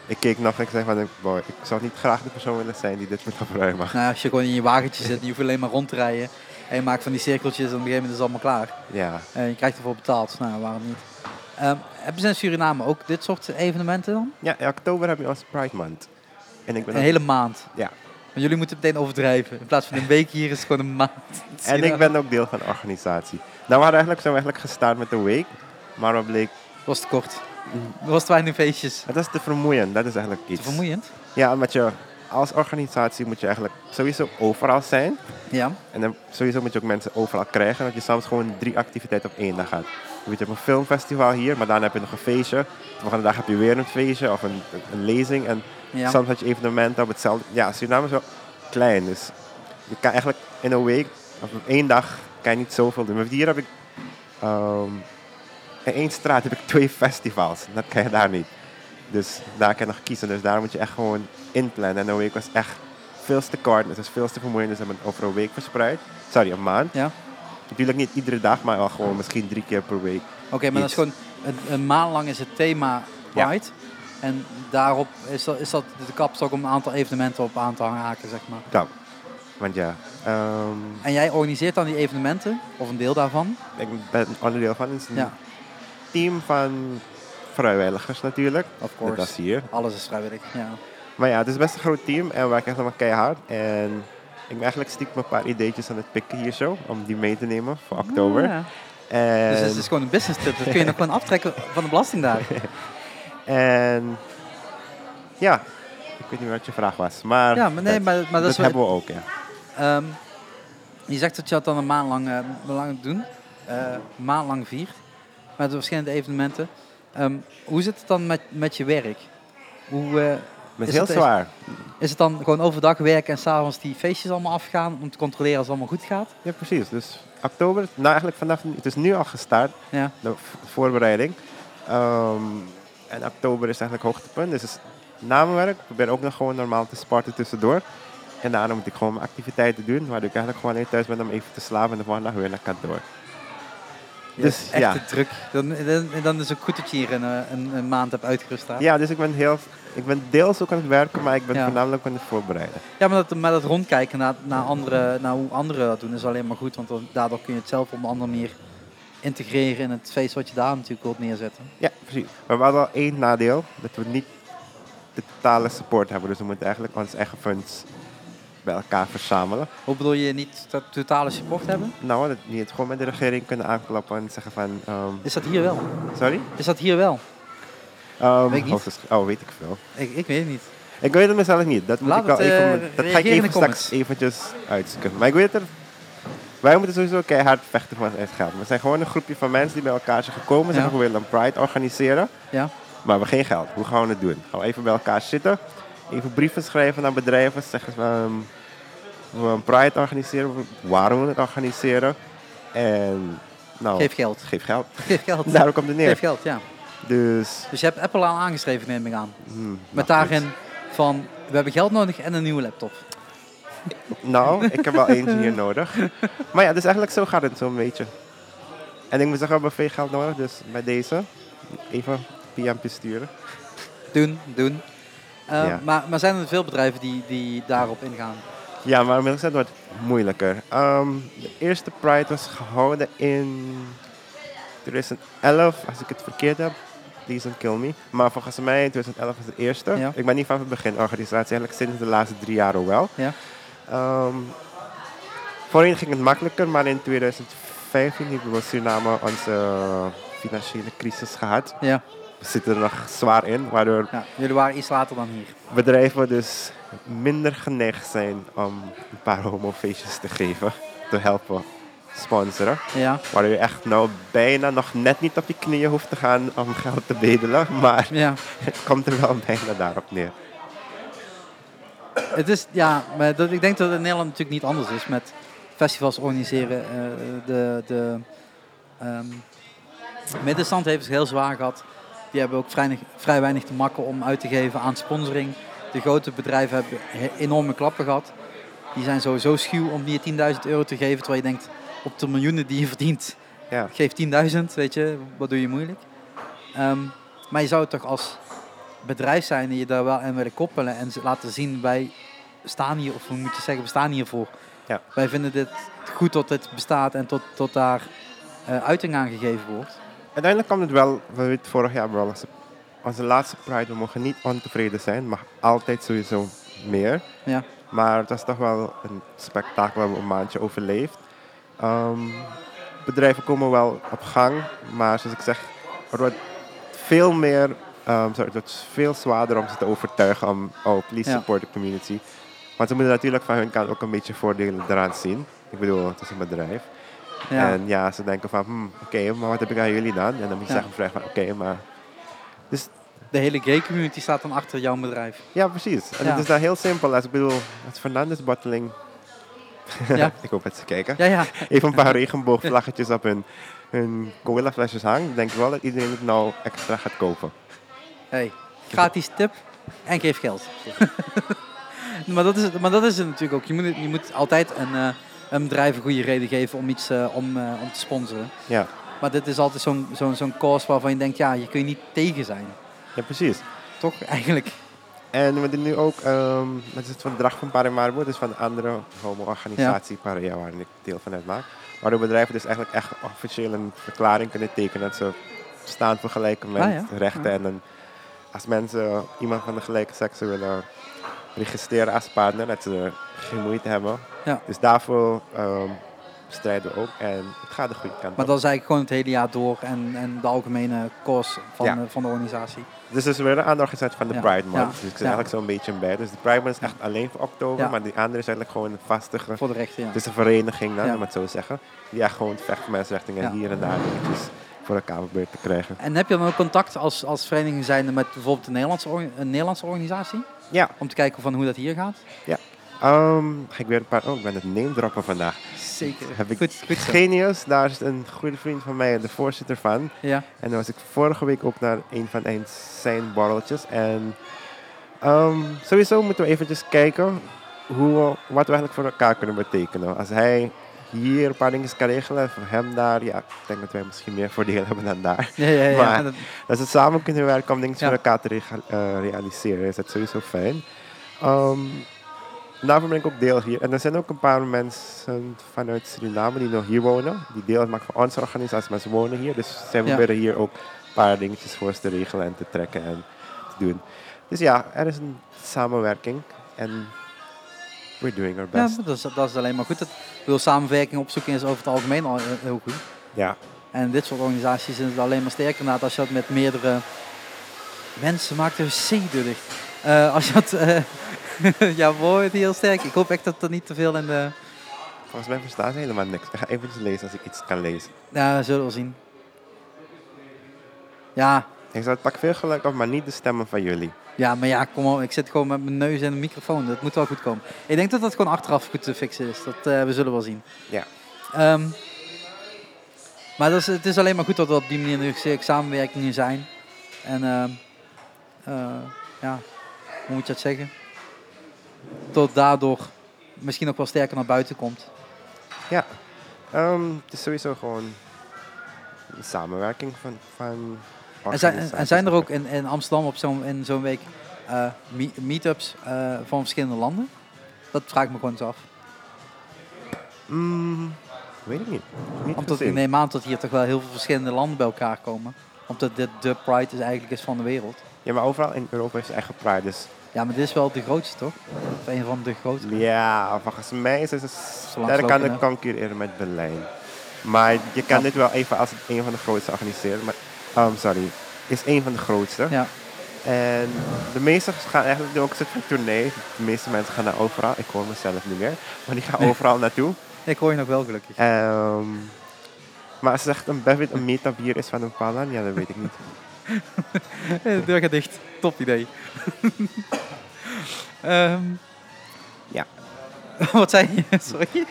Ik keek nog en ik zei van, boy, ik zou niet graag de persoon willen zijn die dit moet opruimen. Nou, als je gewoon in je wagentje zit en je hoeft alleen maar rond te rijden. En je maakt van die cirkeltjes en op een gegeven moment is het allemaal klaar. Ja, En je krijgt ervoor betaald. Nou, waarom niet? Ehm, hebben ze in Suriname ook dit soort evenementen dan? ja in oktober heb je ons Pride Month. En ik ben Een hele maand. Ja. Maar jullie moeten meteen overdrijven. In plaats van een week hier is het gewoon een maand. En ik ben ook deel van de organisatie. Nou, we hadden eigenlijk, zijn we eigenlijk gestaan met de week, maar we bleek Was te kort. Was te weinig feestjes. Het is te vermoeiend, dat is eigenlijk iets. Te vermoeiend. Ja, omdat je als organisatie moet je eigenlijk sowieso overal zijn. Ja. En dan sowieso moet je ook mensen overal krijgen. Dat je soms gewoon drie activiteiten op één dag gaat. Je weet, je hebt een filmfestival hier, maar daarna heb je nog een feestje. De volgende dag heb je weer een feestje of een, een lezing. En Ja. soms had je evenementen op hetzelfde. Ja, Suriname is wel klein, dus je kan eigenlijk in een week of op één dag kan je niet zoveel doen. Maar hier heb ik ehm, in één straat heb ik twee festivals. Dat kan je daar niet. Dus daar kan je nog kiezen. Dus daar moet je echt gewoon inplannen. En een week was echt veel te kort. Het was veel te vermoeiend. Dus we hebben het over een week verspreid. Sorry, een maand. ja. Natuurlijk niet iedere dag, maar wel gewoon misschien drie keer per week. Oké, maar dat is gewoon... Een, een maand lang is het thema Ja. Pride. En daarop is dat, is dat de kapstok om een aantal evenementen op aan te hangen, haken, zeg maar. Dan. Want ja, ehm, En jij organiseert dan die evenementen, of een deel daarvan. ik ben onderdeel van het is een Ja, team van vrijwilligers natuurlijk. of course. Dat is hier. Alles is vrijwillig, ja. Maar ja, het is best een groot team en we werken echt allemaal keihard. En ik ben eigenlijk stiekem een paar ideetjes aan het pikken hier zo, om die mee te nemen voor oktober. Ja. En, Dus het is gewoon een business tip. Dat kun je nog gewoon aftrekken van de belasting daar. [LAUGHS] en ja, ik weet niet wat je vraag was, maar, Ja, maar nee, dat, maar, maar dat, dat is wel- hebben we ook, ja. Ehm, je zegt dat je dat dan een maand lang, eh, lang doen, eh maand lang viert, met verschillende evenementen. Ehm, hoe zit het dan met, met je werk? Hoe, eh, Maar Is het is het heel zwaar. is het dan gewoon overdag werken en s'avonds die feestjes allemaal afgaan om te controleren als het allemaal goed gaat? Ja, precies. Dus oktober, nou eigenlijk vanaf, nu- het is nu al gestart, Ja, de v- voorbereiding. Ehm, en oktober is eigenlijk hoogtepunt. Dus het is na mijn werk, ik probeer ook nog gewoon normaal te sporten tussendoor. En daarna moet ik gewoon mijn activiteiten doen, waardoor ik eigenlijk gewoon alleen thuis ben om even te slapen en de volgende dag weer naar kantoor. Dus, dus echt ja. te druk. Dan, dan, dan is het ook goed dat je hier een, eh, een, een maand hebt uitgerust. daar. Ja, dus ik ben, heel, ik ben deels ook aan het werken, maar ik ben Ja. voornamelijk ook aan het voorbereiden. Ja, maar dat, maar dat rondkijken naar, naar, andere, naar hoe anderen dat doen is alleen maar goed. Want dan- daardoor kun je het zelf op een andere manier integreren in het feest wat je daar natuurlijk wilt neerzetten. Ja, precies. Maar we hadden al één nadeel, dat we niet de totale support hebben. Dus we moeten eigenlijk onze eigen funds bij elkaar verzamelen. Hoe bedoel je niet dat totale support hebben? Nou, dat niet gewoon met de regering kunnen aanklappen en zeggen van, ehm, Is dat hier wel? sorry? Is dat hier wel? Ehm, Weet ik niet. hoogstens- oh, weet ik veel. Ik, ik weet het niet. Ik weet het mezelf niet. Dat, moet Laat ik wel het, eh, even, dat ga reageer ik in de even straks comments. eventjes uitzoeken. Maar ik weet het er... Wij moeten sowieso keihard vechten voor ons uitgaan. We zijn gewoon een groepje van mensen die bij elkaar zijn gekomen. Ze Ja. hebben willen een Pride organiseren. Ja. [LAUGHS] Maar we hebben geen geld. Hoe gaan we het doen? Gaan we even bij elkaar zitten? Even brieven schrijven naar bedrijven. Zeggen van... we een Pride organiseren. Waarom we het organiseren? En... Nou, Geef geld. Geef geld. Geef geld. Daar komt het neer. Geef geld, ja. Dus... Dus je hebt Apple al aangeschreven, neem ik aan. hmm, nou, Met daarin van, we hebben geld nodig en een nieuwe laptop. Nou, [LAUGHS] ik heb wel eentje hier nodig. Maar ja, dus eigenlijk zo gaat het zo'n beetje. En ik moet zeggen, we hebben veel geld nodig, dus bij deze even PMP sturen. Doen, doen. Eh, Ja. maar, maar zijn er veel bedrijven die, die daarop ingaan? Ja, maar inmiddels is het wat moeilijker. Ehm, de eerste Pride was gehouden in 2011, als ik het verkeerd heb. Please don't kill me. Maar volgens mij in 2011 was de eerste. Ja. Ik ben niet van het begin organisatie, eigenlijk sinds de laatste drie jaar al wel. Ja. Ehm, voorheen ging het makkelijker, maar in 2015 hebben we Suriname onze financiële crisis gehad. Ja. We zitten er nog zwaar in, waardoor ja. Jullie waren iets later dan hier. bedrijven dus minder geneigd zijn om een paar homofeestjes te geven, te helpen sponsoren. Ja. Waardoor je echt nou bijna nog net niet op je knieën hoeft te gaan om geld te bedelen, [LAUGHS] maar Ja. het komt er wel bijna daarop neer. Het is, ja, maar dat, ik denk dat het in Nederland natuurlijk niet anders is met festivals organiseren. Eh, de de ehm, middenstand heeft het heel zwaar gehad. Die hebben ook vrij, vrij weinig te makken om uit te geven aan sponsoring. De grote bedrijven hebben he- enorme klappen gehad. Die zijn sowieso schuw om die 10.000 euro te geven, terwijl je denkt, op de miljoenen die je verdient, Ja. geef 10.000, weet je, wat doe je moeilijk. Ehm, maar je zou toch als bedrijf zijn die je daar wel aan willen koppelen en ze- laten zien, wij staan hier, of hoe moet je zeggen, we staan hiervoor. Ja. Wij vinden dit goed dat dit bestaat en tot, tot daar eh, uiting aan gegeven wordt. Uiteindelijk kwam het wel, we hebben het vorig jaar wel eens- Onze laatste Pride, we mogen niet ontevreden zijn, maar altijd sowieso meer. Ja. Maar het was toch wel een spektakel, we hebben een maandje overleefd. Ehm, bedrijven komen wel op gang, maar zoals ik zeg, er wordt veel meer, ehm, sorry, het wordt veel zwaarder om ze te overtuigen om, oh, please Ja. support the community. Want ze moeten natuurlijk van hun kant ook een beetje voordelen eraan zien. Ik bedoel, het is een bedrijf. Ja. En ja, ze denken van, hmm, oké, maar wat heb ik aan jullie dan? En dan moet Ja. je zeggen, vragen van, oké, maar... Dus De hele gay community staat dan achter jouw bedrijf. ja, precies. En Ja. het is daar heel simpel. Als ik bedoel, het Fernandes-botteling... Ja. ik hoop dat ze kijken. Ja, ja. [LAUGHS] Even een paar regenboogvlaggetjes op hun, hun colaflesjes hangen. Dan denk ik wel dat iedereen het nou extra gaat kopen. Hey, gratis tip en geef [LAUGHS] geld. maar, dat is, het- maar dat is het natuurlijk ook. Je moet, het- je moet altijd een, eh, een bedrijf een goede reden geven om iets eh, om, eh, om te sponsoren. Ja. Maar dit is altijd zo'n zo'n zo'n cause waarvan je denkt, ja, je kun je niet tegen zijn. ja, precies. Toch [LAUGHS] eigenlijk? En we doen nu ook, ehm het is het verdrag van Paramaribo, dus van de andere homo-organisatie Paria, waar ik deel van uitmaak. Waardoor bedrijven dus eigenlijk echt officieel een verklaring kunnen tekenen dat ze staan voor gelijke Ah, ja. mensen, rechten. En dan als mensen iemand van de gelijke seks willen registreren als partner, dat ze geen moeite hebben. Ja. Dus daarvoor ehm, strijden we ook en het gaat de goede kant Maar op. dat is eigenlijk gewoon het hele jaar door en, en de algemene cause van, Ja. de, van de organisatie. Dus het is weer een andere organisatie van de Ja. Pride Month. Ja. Dus ik zit Ja. eigenlijk zo'n beetje in bij. Dus de Pride Month is echt alleen voor oktober, Ja. maar die andere is eigenlijk gewoon een vastige Voor de rechten, ja. Het is een vereniging dan, Ja. om het zo te zeggen. Die echt gewoon vecht voor mensenrechten en Ja. hier en daar dingetjes voor elkaar probeert te krijgen. En heb je dan ook contact als, als vereniging zijnde met bijvoorbeeld een Nederlandse, orga- een Nederlandse organisatie? Ja. Om te kijken van hoe dat hier gaat? Ehm, ga ik weer een paar... Oh, ik ben het name droppen vandaag. Zeker. Heb ik Goed, goed zo. Genius, daar is een goede vriend van mij, de voorzitter van. Ja, En dan was ik vorige week ook naar een van een zijn borreltjes. En ehm, sowieso moeten we eventjes kijken hoe we, wat we eigenlijk voor elkaar kunnen betekenen. Als hij hier een paar dingen kan regelen, voor hem daar, ja, ik denk dat wij misschien meer voordeel [LAUGHS] hebben dan daar. ja, ja. ja. Maar- En dat- Dat ze samen kunnen werken om dingen Ja. voor elkaar te rega- eh, realiseren, is dat sowieso fijn. Ehm, daarvoor ben ik ook deel hier. En er zijn ook een paar mensen vanuit Suriname die nog hier wonen. Die deel uitmaken van onze organisatie, maar ze wonen hier. Dus zij Ja. proberen hier ook een paar dingetjes voor ze te regelen en te trekken en te doen. Dus ja, er is een samenwerking. En we're doing our ja, best. dat, is, dat is alleen maar goed. Dat, ik bedoel, samenwerking opzoeken is over het algemeen al eh, heel goed. Ja, En dit soort organisaties is het alleen maar sterker inderdaad als je dat met meerdere mensen maakt er zeker dicht. Eh, als je dat, eh [LAUGHS] ja, wordt heel sterk. Ik hoop echt dat er niet te veel in de, volgens mij verstaan ze helemaal niks. Ik ga eventjes lezen als ik iets kan lezen. ja, we zullen we zien. Ja, Ik zou het pak veel geluk op, maar niet de stemmen van jullie. ja, maar ja, kom op. Ik zit gewoon met mijn neus in de microfoon. Dat moet wel goed komen. Ik denk dat dat gewoon achteraf goed te fixen is. Dat eh, we zullen wel zien. Ja. Ehm, maar dat is, het is alleen maar goed dat er op die manier nu zeer samenwerkingen zijn. En ehm, eh, ja, hoe moet je dat zeggen? Tot daardoor misschien ook wel sterker naar buiten komt. Ja, Ehm, het is sowieso gewoon een samenwerking van, van En zijn, en- en zijn er ook organisaties. in, in Amsterdam op zo'n, in zo'n week eh, me- meetups eh, van verschillende landen? Dat vraag ik me gewoon eens af. Mm, weet ik niet. Niet Omdat ik gezien. neem aan dat hier toch wel heel veel verschillende landen bij elkaar komen. Omdat dit de Pride is eigenlijk is van de wereld. Ja, maar overal in Europa is eigen pride. Dus Ja, maar dit is wel de grootste, toch? Of een van de grootste. ja, volgens mij is het een sterk aan langslopen, het hè? concurreren met Berlijn. Maar je kan Ja. dit wel even als een van de grootste organiseren. Maar, ehm, sorry, is een van de grootste. Ja, En de meesten gaan eigenlijk doen ook een soort van tournee. De meeste mensen gaan naar overal. Ik hoor mezelf niet meer. Maar die gaan [LAUGHS] overal naartoe. ik hoor je nog wel gelukkig. Ehm, maar als het echt een beverage, een meetup hier is van een palan, ja, dat weet ik niet. De [LAUGHS] deur gaat dicht. Top idee. [LAUGHS] Ehm. Ja. [LAUGHS] Wat zei je? [LAUGHS] Sorry.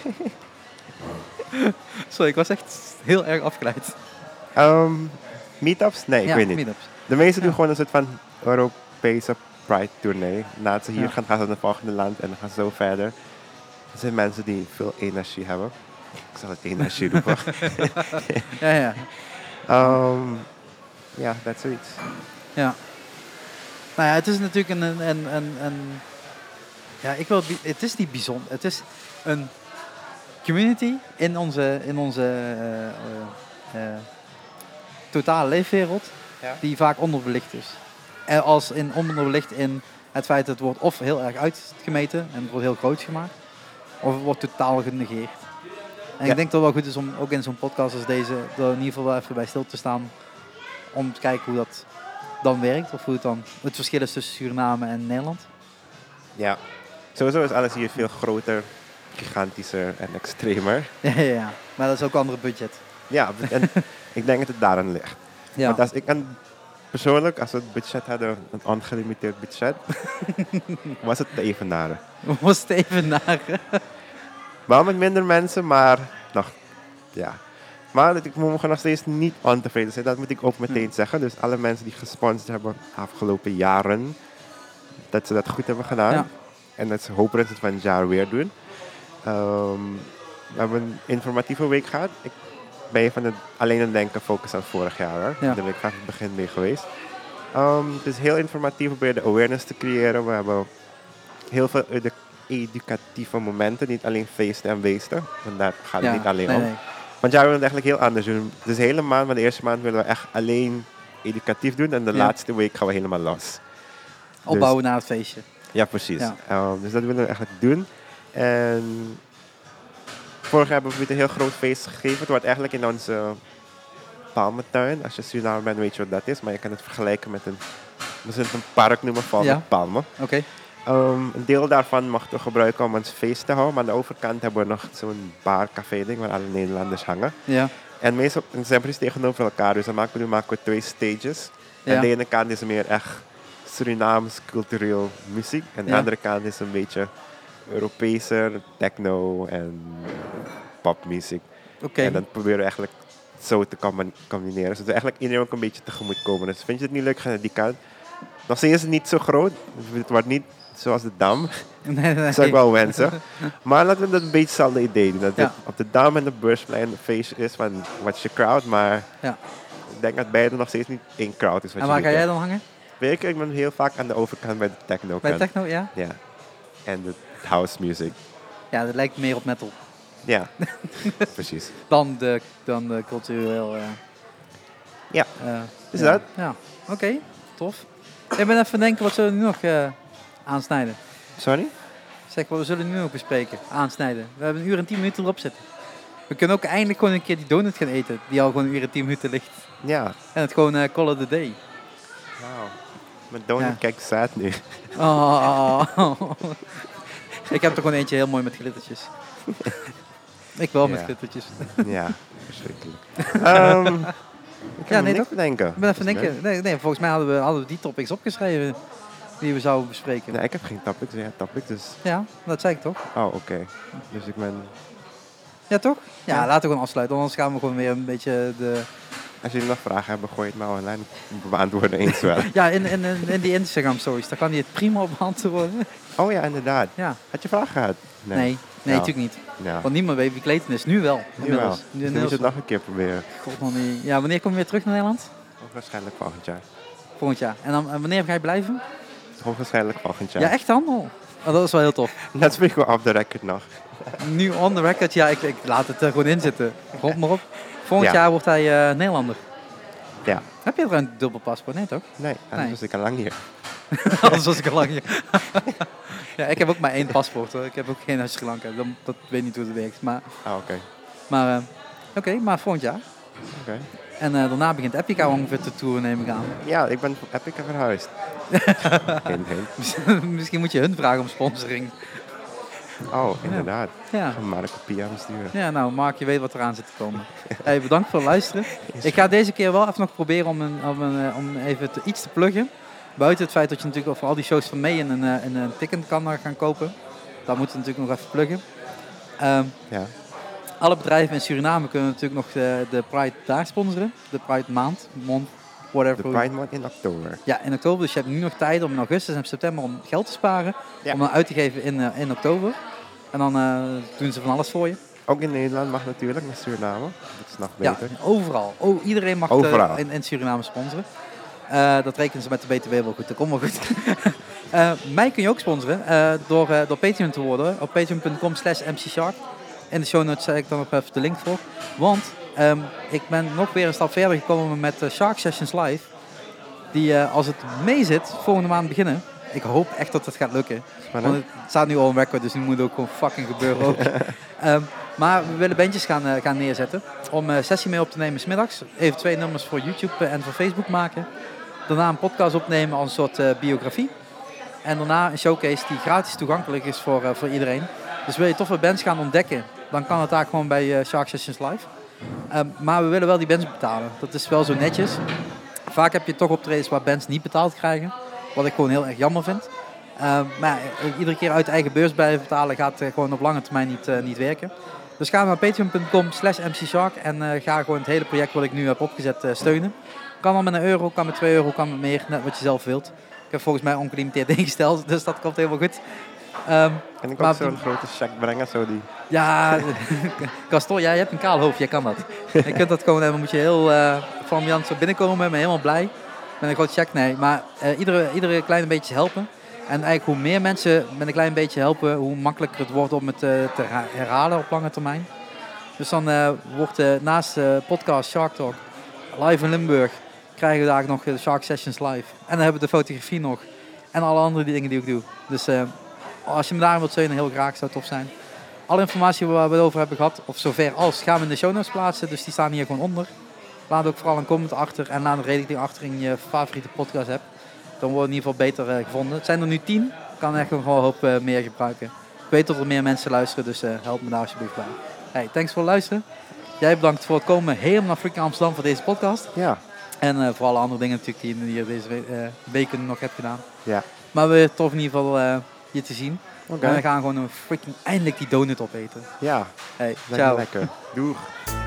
Sorry, ik was echt heel erg afgeleid. Ehm, meetups? Nee, ik ja, weet niet. meetups. De meesten doen Ja. gewoon een soort van Europese Pride tournee. Nadat ze hier Ja. gaan, gaan ze naar het volgende land en dan gaan ze zo verder. Er zijn mensen die veel energie hebben. Ik zal het [LAUGHS] energie roepen. Ja, ja. Ehm, ja, dat zoiets. ja. Nou ja, het is natuurlijk een... een, een, een, een- ja, ik wil... het bi- Het is niet bijzonder. Het is een community in onze, in onze eh, eh, eh, totale leefwereld. Ja. die vaak onderbelicht is. En als in onderbelicht in het feit dat het wordt of heel erg uitgemeten en het wordt heel groot gemaakt, of het wordt totaal genegeerd. En Ja. ik denk dat het wel goed is om ook in zo'n podcast als deze er in ieder geval wel even bij stil te staan om te kijken hoe dat dan werkt of hoe het dan het verschil is tussen Suriname en Nederland. [LAUGHS] Ja. Sowieso is alles hier veel groter, gigantischer en extremer. Ja, ja, ja. Maar dat is ook een ander budget. Ja, [LAUGHS] en ik denk dat het daarin ligt. Ja. Want als ik een, persoonlijk, als we het budget hadden, een ongelimiteerd budget, [LAUGHS] was het te evenaren. [LAUGHS] We moesten even naar. Wel met minder mensen, maar nog, ja. Maar dat- ik mogen nog steeds niet ontevreden zijn, dat moet ik ook meteen Hm. zeggen. Dus alle mensen die gesponsord hebben de afgelopen jaren, dat ze dat goed hebben gedaan. Ja. En dat ze hopen dat ze het van het jaar weer doen. Ehm, We hebben een informatieve week gehad. Ik ben even aan het, alleen aan het denken focus aan vorig jaar hoor. Ja. Daar ben ik vanaf het begin mee geweest. Ehm, het is heel informatief. We proberen de awareness te creëren. We hebben heel veel edu- educatieve momenten. Niet alleen feesten en weesten. Want daar gaat het Ja, niet alleen Dus- nee, om. nee. Want jij wil het eigenlijk heel anders doen. Dus de hele maand, maar de eerste maand willen we echt alleen educatief doen. En de Ja. laatste week gaan we helemaal los. Opbouwen naar het feestje. Ja, precies. Ja. Ehm, dus dat willen we eigenlijk doen. En vorig jaar hebben we het een heel groot feest gegeven. Het wordt eigenlijk in onze palmentuin. Als je Suriname bent, weet je wat dat is. Maar je kan het vergelijken met een, we zullen het een park noemen van Ja. palmen. Oké. Ehm, een deel daarvan mag we gebruiken om ons feest te houden. Maar aan de overkant hebben we nog zo'n bar, café ding waar alle Nederlanders hangen. Ja. En meestal zijn we precies tegenover elkaar. Dus dan maken we, nu maken we twee stages. Ja. En de ene kant is meer echt Surinaams cultureel muziek. En de Ja. andere kant is een beetje Europeeser, techno en popmuziek. Oké. En dan proberen we eigenlijk zo te combi- combineren. Zodat we eigenlijk iedereen ook een beetje tegemoet komen. Dus vind je het niet leuk, ga naar die kant. Nog steeds is het niet zo groot. Het wordt niet zoals de Dam. [LAUGHS] [LAUGHS] Nee, nee. Dat zou ik wel wensen. [LAUGHS] Maar laten we dat een beetje hetzelfde idee doen. Dat Ja. het op de Dam en de Beursplein een feestje is van What's Your Crowd. Maar Ja. ik denk dat beide nog steeds niet één crowd is. Wat En waar je ga doet. jij dan hangen? Weet je, ik ben heel vaak aan de overkant bij de techno Bij kant. techno, ja? Ja. En de house music. Ja, dat lijkt meer op metal [LAUGHS] Ja, precies. dan de, dan de cultureel. eh, Ja. eh, Is ja. dat? Ja. Oké, tof. Ik ben even denken, wat zullen we nu nog eh, aansnijden? Sorry? Zeg, wat we zullen nu nog bespreken, aansnijden. We hebben een uur en tien minuten erop zitten. We kunnen ook eindelijk gewoon een keer die donut gaan eten, die al gewoon een uur en tien minuten ligt. Ja. En het gewoon eh call it a day. Wauw. Mijn donut Ja. kijkt zaad nu. Oh. [LAUGHS] ik heb er gewoon eentje heel mooi met glittertjes. ik wel met Ja. glittertjes. [LAUGHS] ja, verschrikkelijk. [LAUGHS] Ehm ik kan Ja, ja, nee, nee, niks denken. Ik ben even denken. Nee, nee, volgens mij hadden we, hadden we die topics opgeschreven die we zouden bespreken. Nee, ik heb geen topic. Ja, topic dus. Ja, dat zei ik toch? Oh, oké. Dus ik ben... Ja, toch? Ja, Ja. laten we gewoon afsluiten. Anders gaan we gewoon weer een beetje de... Als jullie nog vragen hebben, gooi het maar online. Ik beantwoorden eens wel. [LAUGHS] Ja, in, in, in, in die Instagram stories. Daar kan hij het prima op beantwoorden. Oh ja, inderdaad. Ja. Had je vragen gehad? Nee, nee, Ja. natuurlijk niet. Ja. Want niemand weet wie Clayton is. Nu wel. Nu wel. Inmiddels. Nu Dus dan moet je inmiddels. het nog een keer proberen. God, nog niet. Ja, wanneer kom je weer terug naar Nederland? Ook waarschijnlijk volgend jaar. Volgend jaar. En dan, en wanneer ga je blijven? Hoogwaarschijnlijk volgend Ja, jaar. echt dan? Oh, Oh, dat is wel heel tof. [LAUGHS] Dat spreek ik wel off the record nog. Nu on the record. Ja, ik, ik laat het er gewoon in zitten. Rot maar op. Volgend Ja. jaar wordt hij eh, Nederlander. Ja. Heb je er een dubbel paspoort? Nee, toch? [LAUGHS] Nee, anders Nee. was ik al lang hier. Anders was ik al lang hier. [LAUGHS] ja, ik heb ook maar één paspoort hoor. Ik heb ook geen uit Sri Lanka. Dat, dat weet niet hoe het werkt. Maar, Ah, oké. maar eh, oké, maar volgend jaar. Oké. En eh, daarna begint Epica ongeveer te toeren, neem ik aan. Ja, ik ben van Epica [LAUGHS] verhuisd. hint, hint. Misschien moet je hun vragen om sponsoring. Oh, inderdaad. Ja. Ik ga Marco Pia besturen. Ja, nou Mark, je weet wat eraan zit te [LAUGHS] komen. Hey, bedankt voor het luisteren. Ik ga deze keer wel even nog proberen om, een, om, een, eh, om even te- iets te pluggen. Buiten het feit dat je natuurlijk voor al die shows van mee een, eh, een, een ticket kan eh, gaan kopen. Dat moeten we natuurlijk nog even pluggen. Ehm, Ja. Alle bedrijven in Suriname kunnen natuurlijk nog de, de Pride daar sponsoren. De Pride maand, mond, De whatever. Pride Month in oktober. Ja, in oktober. Dus je hebt nu nog tijd om in augustus en september om geld te sparen. Ja. Om dan uit te geven in, eh, in oktober. En dan eh, doen ze van alles voor je. Ook in Nederland mag natuurlijk, naar Suriname. Dat is nog Ja, beter. overal. Oh, iedereen mag eh, Overal. in, in Suriname sponsoren. Eh, dat rekenen ze met de BTW wel goed. Dat komt wel goed. Eh, mij kun je ook sponsoren eh, door, eh, door Patreon te worden. Op patreon.com slash mcshark. In de show notes zet ik dan nog even de link voor. Want ehm, ik ben nog weer een stap verder gekomen met eh, Shark Sessions Live. Die eh, als het mee zit, volgende maand beginnen. Ik hoop echt dat dat gaat lukken. Want Spannend. het staat nu al een record, dus nu moet het ook gewoon fucking gebeuren ook. Ehm, maar we willen bandjes gaan, eh, gaan neerzetten. Om eh sessie mee op te nemen smiddags. Even twee nummers voor YouTube eh, en voor Facebook maken. Daarna een podcast opnemen als een soort eh, biografie. En daarna een showcase die gratis toegankelijk is voor, eh, voor iedereen. Dus wil je toffe bands gaan ontdekken, dan kan het daar gewoon bij eh, Shark Sessions Live. Ehm, maar we willen wel die bands betalen. Dat is wel zo netjes. Vaak heb je toch optredens waar bands niet betaald krijgen. Wat ik gewoon heel erg jammer vind. Ehm, maar ja, i- iedere keer uit eigen beurs blijven betalen gaat eh, gewoon op lange termijn niet, eh, niet werken. Dus ga naar patreon.com slash mcshark en eh, ga gewoon het hele project wat ik nu heb opgezet eh, steunen. Kan al met een euro, kan [LAUGHS] met twee euro, kan met meer, net wat je zelf wilt. Ik heb volgens mij ongelimiteerd ingesteld, dus dat komt helemaal goed. Ehm, Kan ik Maar ook op die- zo'n grote check brengen? Zo die... ja, [LAUGHS] Gaston, jij hebt een kaal hoofd, jij kan dat. Je kunt dat gewoon, en dan moet je heel eh flamboyant zo binnenkomen, ben helemaal blij. Met een grote check, nee. Maar eh, iedere, iedere klein beetje helpen. En eigenlijk hoe meer mensen met een klein beetje helpen, hoe makkelijker het wordt om het eh, te herha- herhalen op lange termijn. Dus dan eh, wordt eh, naast eh podcast Shark Talk, live in Limburg, krijgen we daar nog de Shark Sessions live. En dan hebben we de fotografie nog. En alle andere dingen die ik doe. Dus eh, als je me daarin wilt steunen, heel graag, zou tof zijn. Alle informatie waar we het over hebben gehad, of zover als, gaan we in de show notes plaatsen. Dus die staan hier gewoon onder. Laat ook vooral een comment achter en laat een rating achter in je favoriete podcast app. Dan worden we in ieder geval beter eh, gevonden. Het zijn er nu tien. Ik kan echt nog wel een hoop eh, meer gebruiken. Ik weet dat er meer mensen luisteren, dus eh, help me daar alsjeblieft bij. Hey, thanks voor het luisteren. Jij bedankt voor het komen helemaal naar Freaking Amsterdam voor deze podcast. Ja. En eh, voor alle andere dingen natuurlijk die je hier deze we- eh, weken nog hebt gedaan. Ja. Maar we tof in ieder geval eh, je te zien. Oké. En we gaan gewoon een freaking eindelijk die donut opeten. Ja, Hey, lekker ciao. lekker. Doeg.